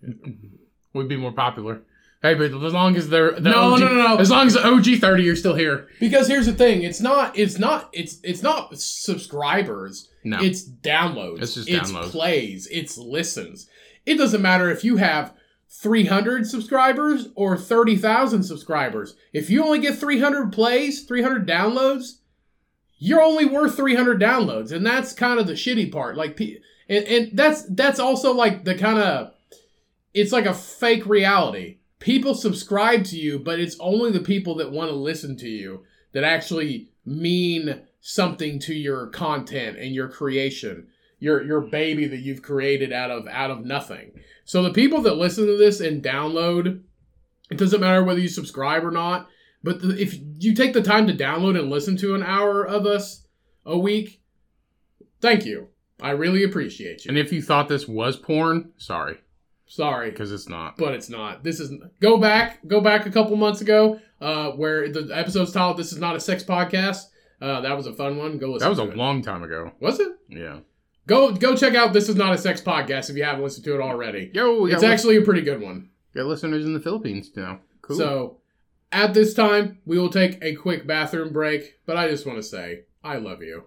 you. We'd be more popular. Hey, but as long as they're. the No, OG no, no, no. As long as the OG 30 are still here. Because here's the thing, it's not it's not it's it's not subscribers. No. It's downloads. It's just downloads. plays. It's listens. It doesn't matter if you have 300 subscribers or 30,000 subscribers. If you only get 300 plays, 300 downloads, you're only worth 300 downloads, and that's kind of the shitty part. Like, pe- and, and that's that's also like the kind of it's like a fake reality. People subscribe to you, but it's only the people that want to listen to you that actually mean something to your content and your creation, your your baby that you've created out of out of nothing. So the people that listen to this and download, it doesn't matter whether you subscribe or not. But the, if you take the time to download and listen to an hour of us a week, thank you. I really appreciate you. And if you thought this was porn, sorry, Sorry because it's not. but it's not. This is go back, go back a couple months ago, uh, where the episode's titled "This is not a sex podcast." Uh, that was a fun one. Go listen. That was a to it. long time ago. Was it? Yeah. Go go check out "This is not a sex podcast" if you haven't listened to it already. Yo, we It's got- actually a pretty good one. Got listeners in the Philippines now. Cool. So, at this time, we will take a quick bathroom break. But I just want to say, I love you.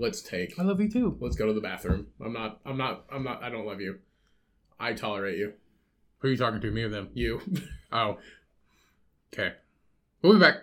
Let's take. love you too. Let's go to the bathroom. I'm not. I'm not. I'm not. I don't love you. I tolerate you. Who are you talking to? Me or them? You. Oh. Okay. We'll be back.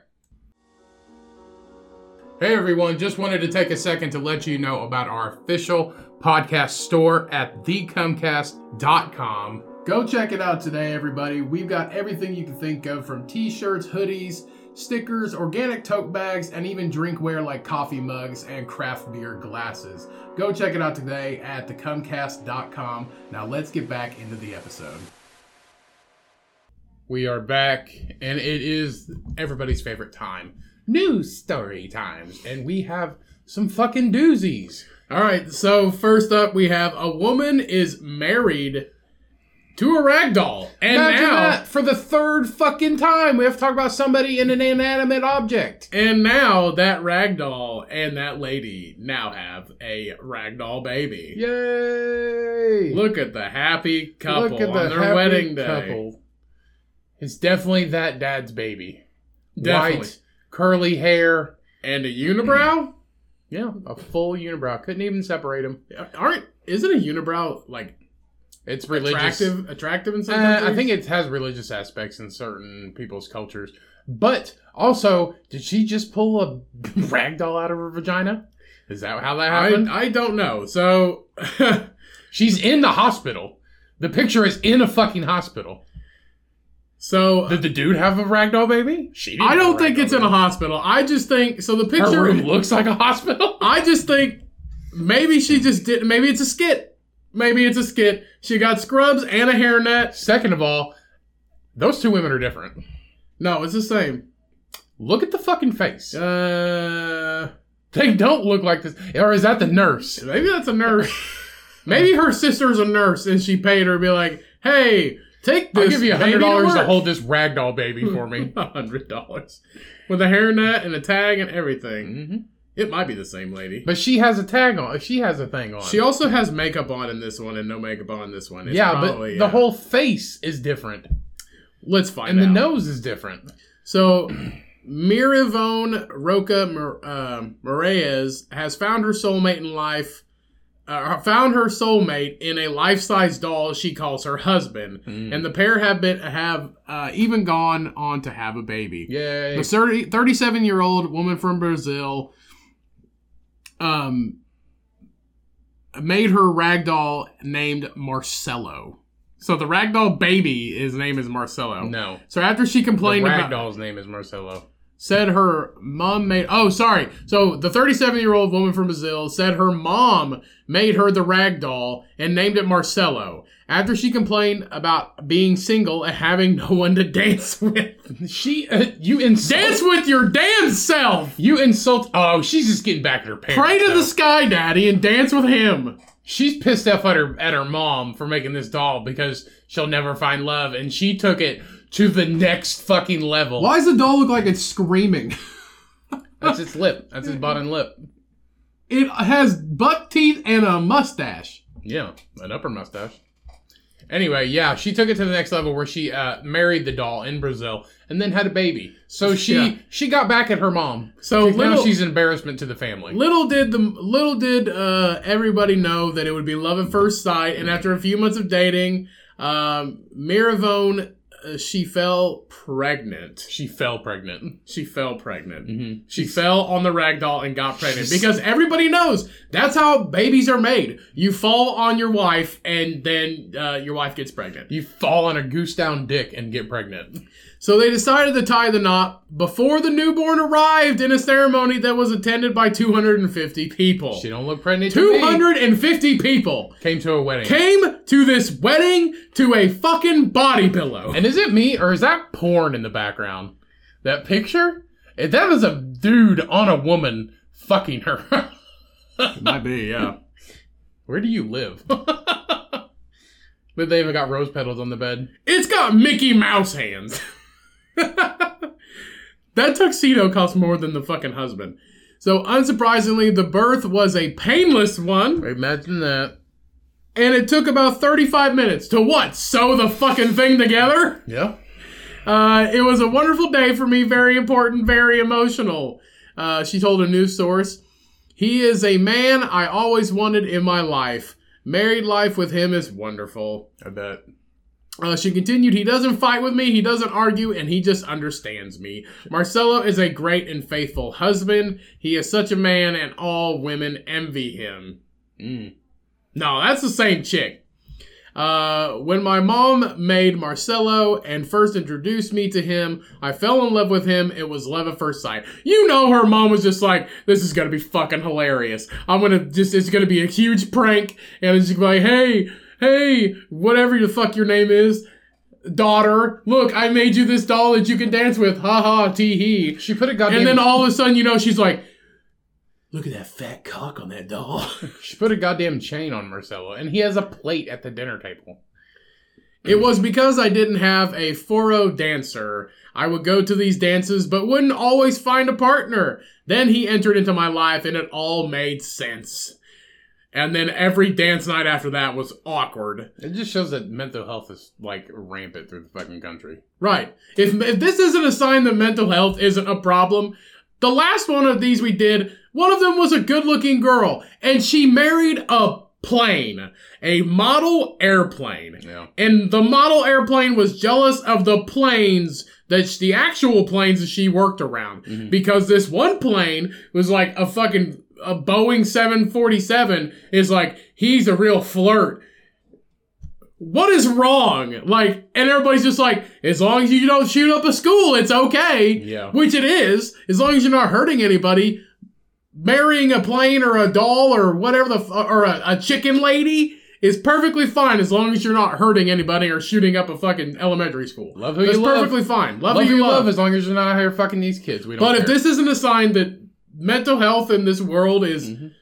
Hey everyone, just wanted to take a second to let you know about our official podcast store at thecomcast.com. Go check it out today, everybody. We've got everything you can think of from t shirts, hoodies, stickers, organic tote bags, and even drinkware like coffee mugs and craft beer glasses. Go check it out today at thecomcast.com. Now let's get back into the episode. We are back, and it is everybody's favorite time news story times, and we have some fucking doozies. All right, so first up, we have a woman is married to a ragdoll. And Imagine now. that for the third fucking time, we have to talk about somebody in an inanimate object. And now that ragdoll and that lady now have a ragdoll baby. Yay! Look at the happy couple Look at the on their happy wedding day. couple. It's definitely that dad's baby. Definitely. White, curly hair. And a unibrow? Mm-hmm. Yeah, a full unibrow. Couldn't even separate them. Aren't isn't a unibrow like It's religious. attractive attractive in some Uh, I countries? think it has religious aspects in certain people's cultures. But also, did she just pull a ragdoll out of her vagina? Is that how that happened? I, I don't know. So She's in the hospital. The picture is in a fucking hospital. so Did the dude have a ragdoll baby? She I don't think it's in a hospital. I just think so the Her picture room looks like a hospital. I just think maybe she just did maybe it's a skit. Maybe it's a skit. She got scrubs and a hairnet. Second of all, those two women are different. No, it's the same. Look at the fucking face. Uh They don't look like this. Or is that the nurse? Maybe that's a nurse. Maybe her sister's a nurse and she paid her to be like, hey, take this. I'll give you baby hundred dollars to work." hold this ragdoll baby for me. hundred dollars with a hairnet and a tag and everything. hmm It might be the same lady. But she has a tag on. She has a thing on. She also has makeup on in this one and no makeup on in this one. It's yeah, probably- but yeah. the whole face is different, let's find and the out. nose is different. So Mirivone Roca Mor- um, Moraes has found her soulmate in life. Uh, found her soulmate in a life-size doll she calls her husband, Hmm. and the pair have been have uh, even gone on to have a baby. Yay! The 30, 37 year old woman from Brazil um, made her ragdoll named Marcelo. So the ragdoll baby, his name is Marcelo. no, So after she the complained about ragdoll's name is Marcelo. said her mom made oh sorry so the 37 year old woman from brazil said her mom made her the rag doll and named it marcelo after she complained about being single and having no one to dance with She, uh, you insult, dance with your damn self you insult. Oh, she's just getting back at her parents. pray to though. the sky daddy and dance with him She's pissed off at her at her mom for making this doll because she'll never find love, and she took it to the next fucking level. does the doll look like it's screaming That's its lip. That's its bottom lip. it has buck teeth and a mustache Yeah, an upper mustache. Anyway, yeah, she took it to the next level where she uh, married the doll in Brazil and then had a baby. So she Yeah. she got back at her mom. so now little, she's an embarrassment to the family. Little did the little did uh, everybody know that it would be love at first sight, and after a few months of dating, um, Mirivone uh, she fell pregnant. she fell pregnant. She fell pregnant. Mm-hmm. She fell on the ragdoll and got pregnant because everybody knows that's how babies are made. You fall on your wife, and then uh, your wife gets pregnant. You fall on a goose down dick and get pregnant. So they decided to tie the knot before the newborn arrived in a ceremony that was attended by 250 people. She don't look pregnant. to me. 250 people. came to a wedding. came to this wedding to a fucking body pillow. and is it me or is that porn in the background? That picture? Eh, That is a dude on a woman fucking her. It might be, yeah. Where do you live? but they even got rose petals on the bed. It's got Mickey Mouse hands. that tuxedo cost more than the fucking husband. So, unsurprisingly, the birth was a painless one, Imagine that. and it took about 35 minutes to what? Sew the fucking thing together? Yeah. Uh, it was a wonderful day for me, very important, very emotional. Uh, she told a news source. He is a man I always wanted in my life. Married life with him is wonderful. I bet. Uh, she continued, He doesn't fight with me, he doesn't argue, and he just understands me. Marcelo is a great and faithful husband. He is such a man, and all women envy him. Mm. No, that's the same chick. Uh, when my mom made Marcelo and first introduced me to him, I fell in love with him. It was love at first sight. You know, her mom was just like, "This is gonna be fucking hilarious. I'm gonna just, it's gonna be a huge prank." And it's just like, "Hey, hey, whatever the fuck your name is, daughter, look, I made you this doll that you can dance with. Ha ha, tee hee." She put a goddamn. And then all of a sudden, you know, she's like, "Look at that fat cock on that doll." she put a goddamn chain on Marcelo, and he has a plate at the dinner table. It was because I didn't have a foro dancer. I would go to these dances, but wouldn't always find a partner. Then he entered into my life, and it all made sense. And then every dance night after that was awkward. It just shows that mental health is like rampant through the fucking country. Right. If, if this isn't a sign that mental health isn't a problem, the last one of these we did, one of them was a good looking girl, and she married a plane, a model airplane. Yeah. And the model airplane was jealous of the planes that sh- the actual planes that she worked around Mhm. because this one plane was like a fucking a Boeing 747 is like he's a real flirt. What is wrong? Like and everybody's just like as long as you don't shoot up a school it's okay, Yeah. which it is as long as you're not hurting anybody. Marrying a plane or a doll or whatever the f- or a, a chicken lady is perfectly fine as long as you're not hurting anybody or shooting up a fucking elementary school. Love who That's you love. perfectly fine. Love, Love who you love. as long as you're not out here fucking these kids. We don't. but if care. this isn't a sign that mental health in this world is Mhm.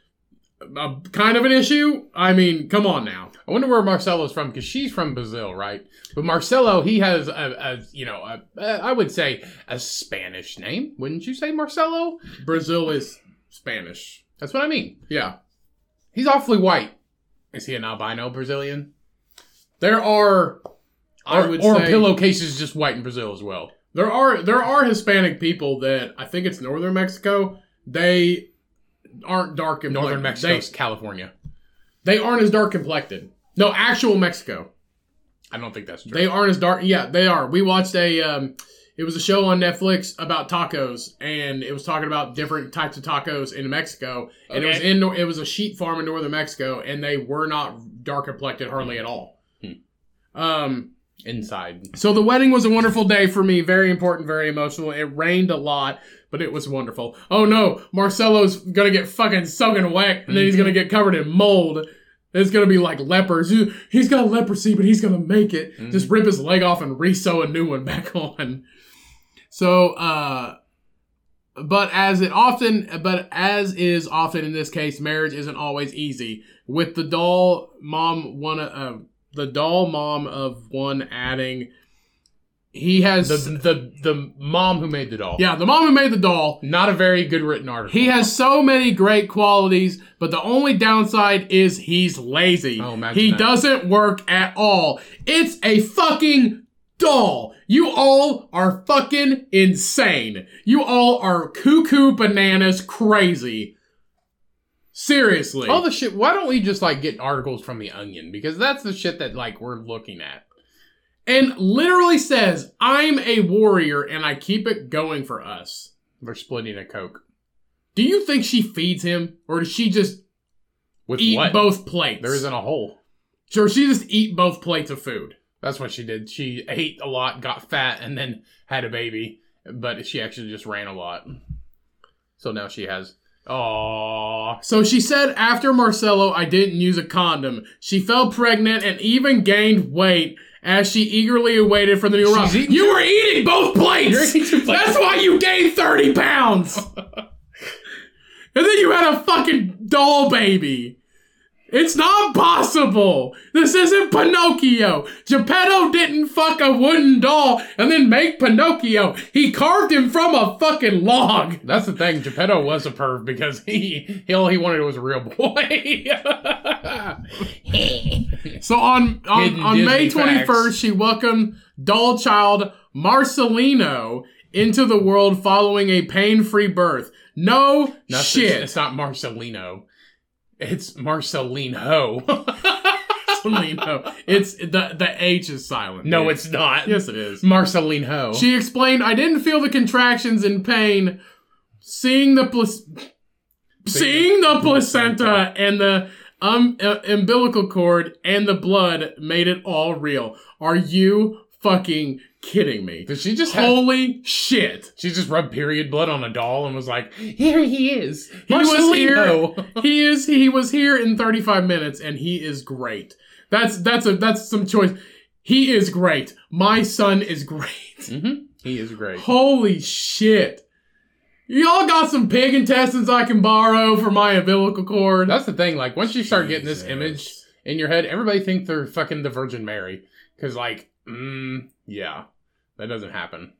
a, kind of an issue. I mean, come on now. I wonder where Marcelo's from because she's from Brazil, right? But Marcelo, he has a, a you know, a, a, I would say a Spanish name, wouldn't you say, Marcelo? Brazil is Spanish. That's what I mean. Yeah. He's awfully white. Is he an albino Brazilian? There are I or would or say pillowcases just white in Brazil as well. there are there are Hispanic people that I think it's northern Mexico. They aren't dark in Northern Mexico, They, California. they aren't as dark complected. No, actual Mexico. I don't think that's true. They aren't as dark. Yeah, they are. We watched a. Um, it was a show on Netflix about tacos, and it was talking about different types of tacos in Mexico. And it was Okay. in. It was a sheep farm in northern Mexico, and they were not dark complected hardly at all. Um. inside. So the wedding was a wonderful day for me. Very important. Very emotional. It rained a lot, but it was wonderful. Oh no, Marcelo's gonna get fucking soaking wet, and then he's Mm-hmm. gonna get covered in mold. It's gonna be like lepers. He- He's got leprosy, but he's gonna make it. Mm-hmm. Just rip his leg off and re-sew a new one back on. So, uh, but as it often, but as is often in this case, marriage isn't always easy. With the doll mom, one of uh, the doll mom of one adding, he has The, the the mom who made the doll. yeah, the mom who made the doll. Not a very good written article. He has so many great qualities, but the only downside is he's lazy. Oh, imagine he that. doesn't work at all. It's a fucking doll. You all are fucking insane. You all are cuckoo bananas crazy. Seriously. all the shit. Why don't we just like get articles from the Onion because that's the shit that like we're looking at. and literally says, I'm a warrior and I keep it going for us. We're splitting a Coke Do you think she feeds him or does she just with eat what? both plates? There isn't a hole. Sure, she just eat both plates of food. That's what she did. She ate a lot, got fat, and then had a baby. But she actually just ran a lot. So now she has. Oh, So she said after Marcello, I didn't use a condom. She fell pregnant and even gained weight as she eagerly awaited for the new She's round. eating- You were eating both plates! That's why you gained 30 pounds! and then you had a fucking doll baby! It's not possible! This isn't Pinocchio! Geppetto didn't fuck a wooden doll and then make Pinocchio! He carved him from a fucking log! That's the thing. Geppetto was a perv because he he- all he wanted was a real boy. So on on, Hidden on May Disney twenty facts. first, she welcomed doll child Marcelino into the world following a pain free birth. No Not- shit. It's, it's not Marcelino. It's Marcelino. Marcelino. It's the the H is silent. no, dude. it's not. yes, it is. Marcelino. She explained, "I didn't feel the contractions and pain, seeing the plas- seeing the placenta and the um uh, umbilical cord and the blood made it all real. Are you fucking kidding me? Did she just have- Holy shit! she just rubbed period blood on a doll and was like, "Here he is, He was here. Marcelino." he is. He was here in 35 minutes, and he is great. That's that's a that's some choice. He is great. My son is great." He is great. Holy shit. Y'all got some pig intestines I can borrow for my umbilical cord. That's the thing. Like once you start getting this Jesus. image in your head, everybody think they're fucking the Virgin Mary because, like, mm, yeah, that doesn't happen.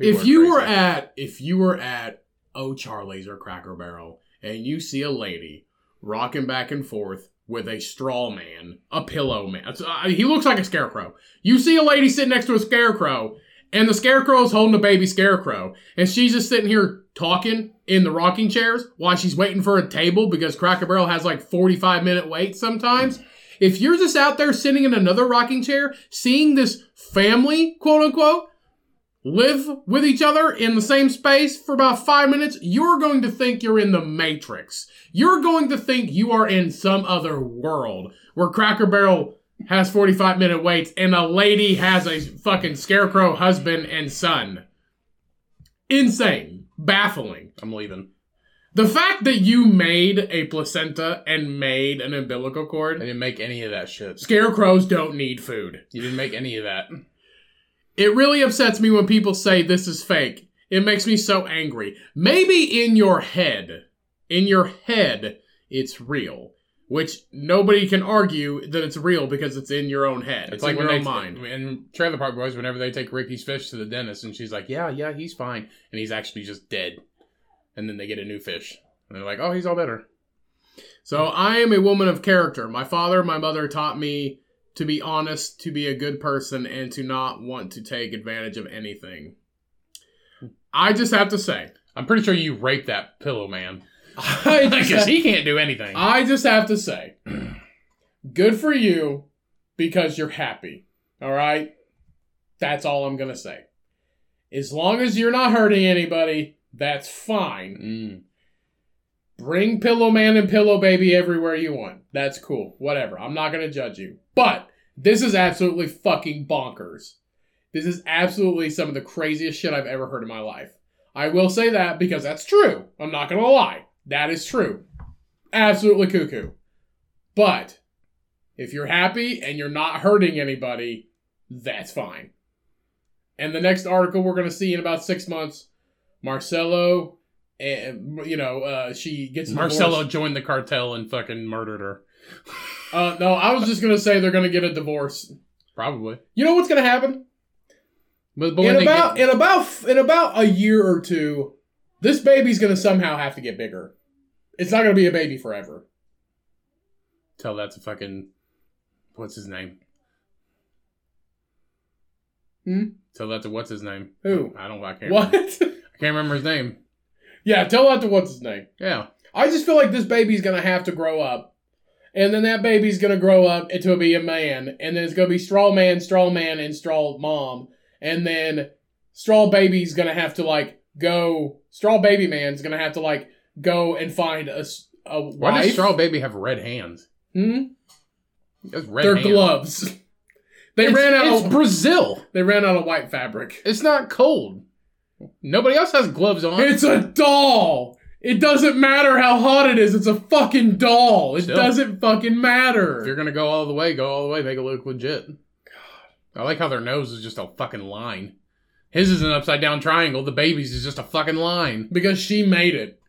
People if are you crazy. were at if you were at Oh Charlie's or Cracker Barrel and you see a lady rocking back and forth with a straw man, a pillow man. it's- uh, he looks like a scarecrow. You see a lady sitting next to a scarecrow and the scarecrow is holding a baby scarecrow and she's just sitting here talking in the rocking chairs while she's waiting for a table because Cracker Barrel has like 45 minute wait sometimes. If you're just out there sitting in another rocking chair, seeing this family, quote unquote, live with each other in the same space for about five minutes, you're going to think you're in the Matrix. You're going to think you are in some other world where Cracker Barrel has 45 minute waits and a lady has a fucking scarecrow husband and son. Insane. Baffling. I'm leaving. The fact that you made a placenta and made an umbilical I cord, didn't make any of that shit. scarecrows don't need food. You didn't make any of that. It really upsets me when people say this is fake. It makes me so angry. Maybe in your head, in your head, it's real. Which nobody can argue that it's real because it's in your own head. It's, like in your own they, mind. In Trailer Park Boys, whenever they take Ricky's fish to the dentist, and she's like, "Yeah, yeah, he's fine," and he's actually just dead. And then they get a new fish, and they're like, "Oh, he's all better." So I am a woman of character. My father, my mother taught me to be honest, to be a good person, and to not want to take advantage of anything. I just have to say, I'm pretty sure you raped that pillow man I because just, have, he can't do anything. I just have to say, good for you because you're happy. All right? That's all I'm going to say. As long as you're not hurting anybody, that's fine. Mm. Bring Pillow Man and Pillow Baby everywhere you want. That's cool. Whatever. I'm not going to judge you. But this is absolutely fucking bonkers. This is absolutely some of the craziest shit I've ever heard in my life. I will say that because that's true. I'm not going to lie. That is true. Absolutely cuckoo. But if you're happy and you're not hurting anybody, that's fine. And the next article we're going to see in about six months Marcelo, and, you know, uh, she gets Marcelo divorced. joined the cartel and fucking murdered her. Uh, no, I was just gonna say they're gonna get a divorce. Probably. You know what's gonna happen? But, but when in they about get, in about in about a year or two, this baby's gonna somehow have to get bigger. It's not gonna be a baby forever. tell that's a fucking what's his name? Hmm? Tell that to what's his name? Who? I don't. I can't. What? Remember. I can't remember his name. yeah, tell that to what's his name. Yeah. I just feel like this baby's gonna have to grow up, and then that baby's gonna grow up into be a man, and then it's gonna be straw man, straw man, and straw mom, and then straw baby's gonna have to like go. Straw baby man's gonna have to like go and find a s- a Why wife. does Straw Baby have red hands? Hmm? That's red They're hands. gloves. They It's- ran out. It's of, Brazil. they ran out of white fabric. It's not cold. Nobody else has gloves on. It's a doll. It doesn't matter how hot it is. It's a fucking doll. It Still. doesn't fucking if you're matter. gonna go all the way, go all the way. Make it look legit. I like how their nose is just a fucking line. His is an upside down triangle. The baby's is just a fucking line. Because she made it.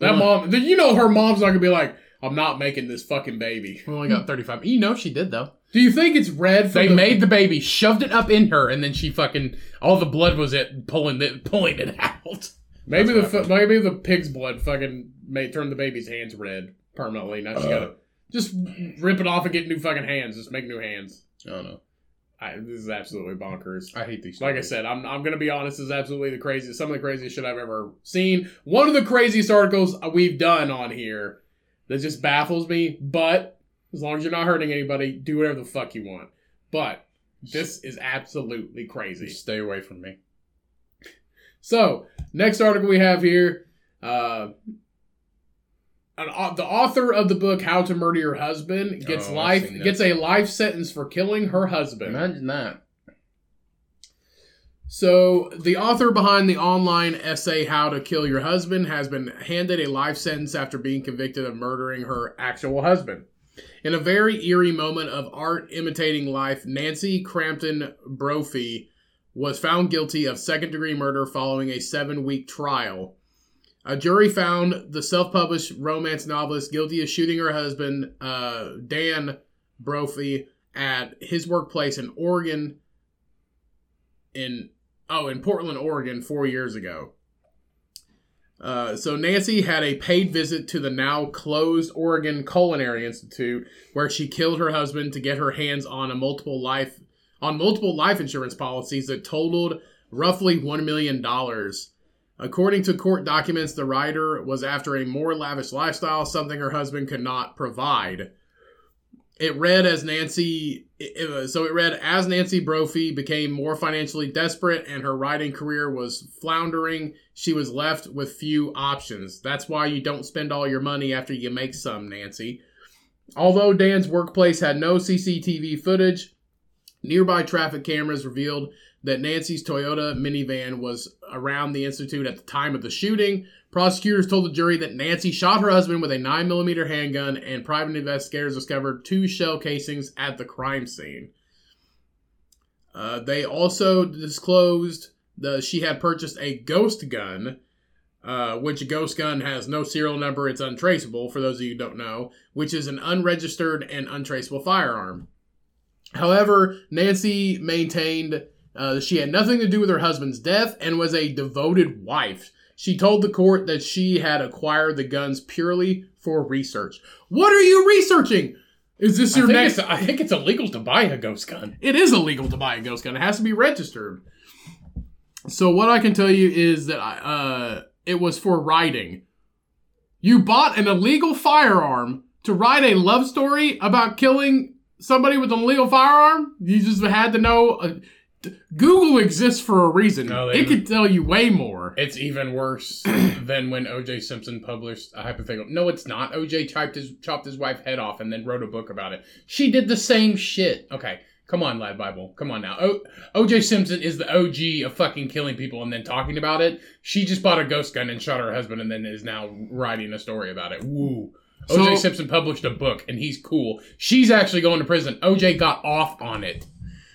That Mm. mom. th- You know her mom's not gonna be like, "I'm not making this fucking baby." We only got 35. You know she did though. Do you think it's red? From They the- made the baby, shoved it up in her, and then she fucking all the blood was it pulling it pulling it out. maybe the That's fu- maybe the pig's blood fucking made turned the baby's hands red permanently. Now she Uh. gotta just rip it off and get new fucking hands. Just make new hands. I don't know. I, this is absolutely bonkers. I hate these. Like I stories. said, I'm, I'm going to be honest, this is absolutely the craziest, some of the craziest shit I've ever seen. One of the craziest articles we've done on here that just baffles me, but as long as you're not hurting anybody, do whatever the fuck you want. But this is absolutely crazy. stay away from me. So, next article we have here Oh, uh, an, au- the author of the book How to Murder Your Husband gets Oh, I've life seen that. gets a life sentence for killing her husband. Imagine that. So, the author behind the online essay How to Kill Your Husband has been handed a life sentence after being convicted of murdering her actual husband. In a very eerie moment of art imitating life, Nancy Crampton Brophy was found guilty of second degree murder following a seven week trial. A jury found the self published romance novelist guilty of shooting her husband, uh, Dan Brophy, at his workplace in Oregon in oh in Portland, Oregon, four years ago. Uh, so Nancy had a paid visit to the now closed Oregon Culinary Institute, where she killed her husband to get her hands on a multiple life on multiple life insurance policies that totaled roughly one million dollars. According to court documents, the writer was after a more lavish lifestyle, something her husband could not provide it read as Nancy. it- it was- so it read as Nancy Brophy became more financially desperate and her writing career was floundering. She was left with few options. That's why you don't spend all your money after you make some, Nancy. Although Dan's workplace had no CCTV footage, nearby traffic cameras revealed that Nancy's Toyota minivan was around the institute at the time of the shooting. Prosecutors told the jury that Nancy shot her husband with a 9mm handgun, and private investigators discovered two shell casings at the crime scene. Uh, they also disclosed the, she had purchased a ghost gun, uh, which ghost gun has no serial number. It's untraceable, for those of you who don't know, which is an unregistered and untraceable firearm. However, Nancy maintained uh, that she had nothing to do with her husband's death and was a devoted wife. She told the court that she had acquired the guns purely for research. What are you researching? Is this your I think next? it's- I think it's illegal to buy a ghost gun. It is illegal to buy a ghost gun. It has to be registered. So what I can tell you is that I, uh, it was for riding. You bought an illegal firearm to write a love story about killing somebody with an illegal firearm. You just had to know. Uh, t- Google exists for a reason. No, they- it could tell you way more. It's even worse than when O.J. Simpson published a hypothetical. No, it's not. O.J. chopped his chopped his wife head off and then wrote a book about it. She did the same shit. Okay, come on, Lad Bible, come on now. O- O.J. Simpson is the OG of fucking killing people and then talking about it. She just bought a ghost gun and shot her husband and then is now writing a story about it. Woo. O.J. So- Simpson published a book and he's cool. She's actually going to prison. O.J. got off on it.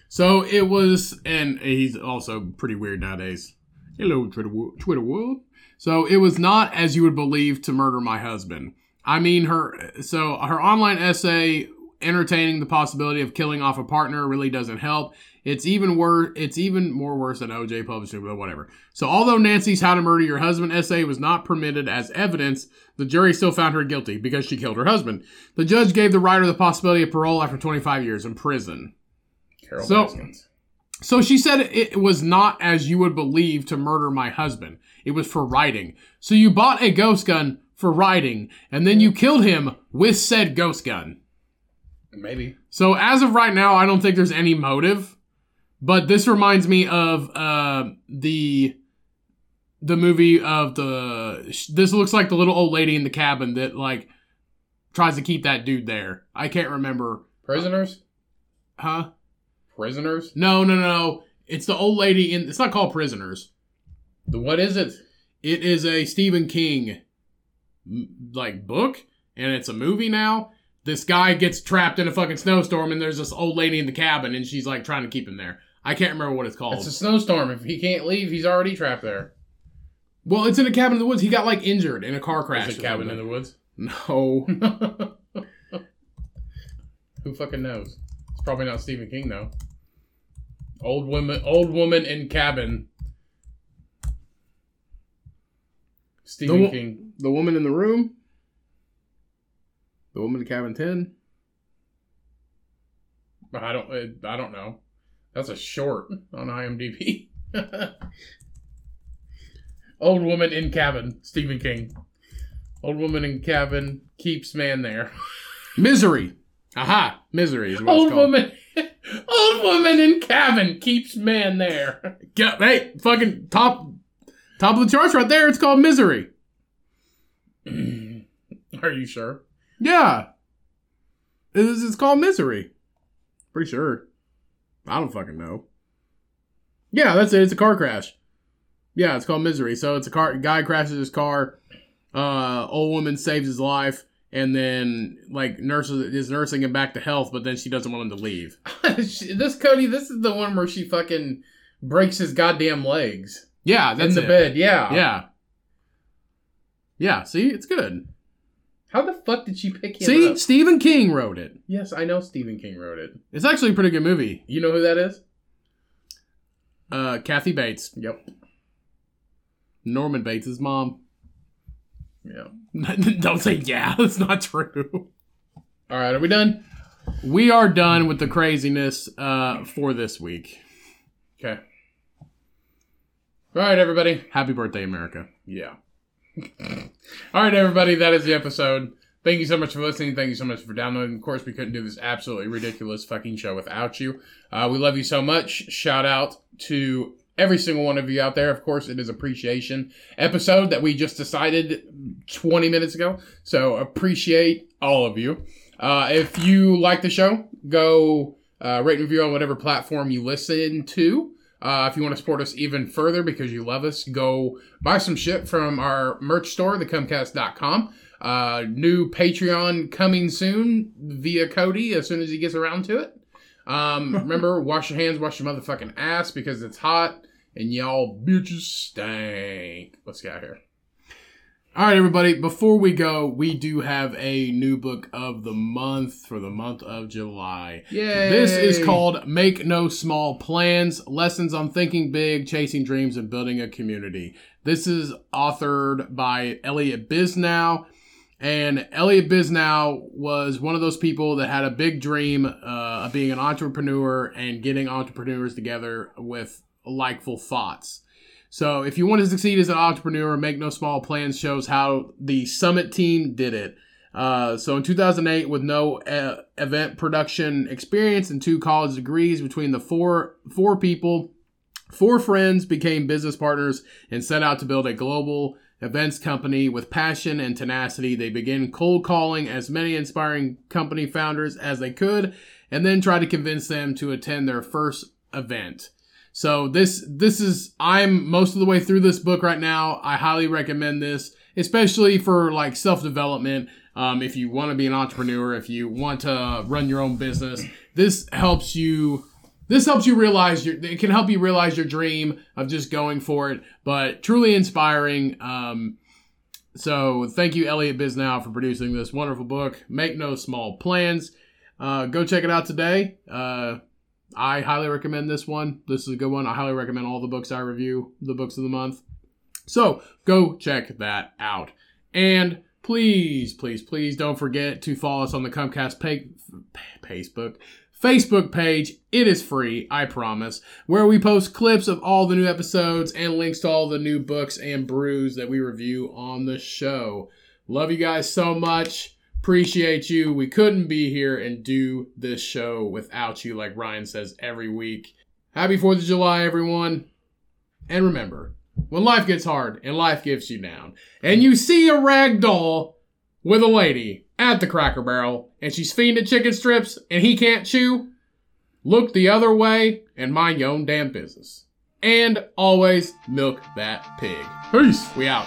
So it was, and he's also pretty weird nowadays. Hello, Twitter, wo- Twitter world. So it was not as you would believe to murder my husband. I mean, her. So her online essay entertaining the possibility of killing off a partner really doesn't help. It's even worse. It's even more worse than OJ publishing, but whatever. So although Nancy's "How to Murder Your Husband" essay was not permitted as evidence, the jury still found her guilty because she killed her husband. The judge gave the writer the possibility of parole after 25 years in prison. Carol So- Baskins. So she said it was not as you would believe to murder my husband. It was for riding. So you bought a ghost gun for riding, and then you killed him with said ghost gun. Maybe. So as of right now, I don't think there's any motive. But this reminds me of uh, the the movie of the. sh- This looks like the little old lady in the cabin that like tries to keep that dude there. I can't remember, Prisoners? huh? Prisoners? No, no, no. It's the old lady in. It's not called Prisoners. The, what is it? It is a Stephen King m- like book, and it's a movie now. This guy gets trapped in a fucking snowstorm, and there's this old lady in the cabin, and she's like trying to keep him there. I can't remember what it's called. It's a snowstorm. If he can't leave, he's already trapped there. well, it's in a cabin in the woods. He got like injured in a car crash. Is it cabin in the woods? no, Who fucking knows? It's probably not Stephen King though. Old woman, old woman in cabin. Stephen The wo- King. the woman in the room, the woman in cabin ten. I don't. uh, I don't know. That's a short on IMDb. old woman in cabin. Stephen King. Old woman in cabin keeps man there. Misery. Aha, misery is what it's Old called. woman, old woman in cabin keeps man there. Yeah, hey, fucking top top of the charts right there. It's called Misery. Are you sure? Yeah. It is, it's called Misery. Pretty sure. I don't fucking know. Yeah, that's it. It's a car crash. Yeah, it's called Misery. So it's a car guy crashes his car. Uh, old woman saves his life, and then like nurses is nursing him back to health, but then she doesn't want him to leave. She- this Cody, this is the one where she fucking breaks his goddamn legs Yeah, that's in the it. bed. Yeah. Yeah. Yeah. See, it's good. How the fuck did she pick him see, up? Stephen King wrote it. Yes, I know Stephen King wrote it. It's actually a pretty good movie. You know who that is? Uh, Kathy Bates, Yep. Norman Bates' mom. Yeah. Don't say yeah, that's not true. All right, are we done? We are done with the craziness uh, for this week. Okay. All right, everybody. Happy birthday, America. Yeah. All right, everybody, that is the episode. Thank you so much for listening. Thank you so much for downloading. Of course, we couldn't do this absolutely ridiculous fucking show without you. Uh, we love you so much. Shout out to every single one of you out there. Of course, it is appreciation episode that we just decided 20 minutes ago. So appreciate all of you. Uh, if you like the show, go uh, rate and review on whatever platform you listen to. Uh, if you want to support us even further because you love us, go buy some shit from our merch store, thecumcast.com. Uh, new Patreon coming soon via Cody as soon as he gets around to it. Um, remember, wash your hands, wash your motherfucking ass because it's hot and y'all bitches stank. Let's get out of here. All right, everybody. Before we go, we do have a new book of the month for the month of July. Yay. This is called Make No Small Plans Lessons on Thinking Big, Chasing Dreams, and Building a Community. This is authored by Elliot Bisnow. And Elliot Bisnow was one of those people that had a big dream uh, of being an entrepreneur and getting entrepreneurs together with likeful thoughts. So, if you want to succeed as an entrepreneur, Make No Small Plans shows how the Summit team did it. Uh, so in 2008, with no uh, event production experience and two college degrees between the four four people, four friends became business partners and set out to build a global events company with passion and tenacity. They began cold calling as many inspiring company founders as they could, and then tried to convince them to attend their first event. So this this is I'm most of the way through this book right now. I highly recommend this, especially for like self development. Um, if you want to be an entrepreneur, if you want to run your own business, this helps you. This helps you realize your. It can help you realize your dream of just going for it. But truly inspiring. Um, so thank you, Elliot Bisnow, for producing this wonderful book. Make no small plans. Uh, go check it out today. Uh, I highly recommend this one. This is a good one. I highly recommend all the books I review, the books of the month. So go check that out. And please, please, please don't forget to follow us on the Comcast pay, Facebook. Facebook page. It is free, I promise, where we post clips of all the new episodes and links to all the new books and brews that we review on the show. Love you guys so much appreciate you. We couldn't be here and do this show without you, like Ryan says every week. Happy 4th of July, everyone. And remember, when life gets hard and life gets you down, and you see a rag doll with a lady at the Cracker Barrel, and she's feeding it chicken strips and he can't chew, look the other way and mind your own damn business. And always milk that pig. Peace. We out.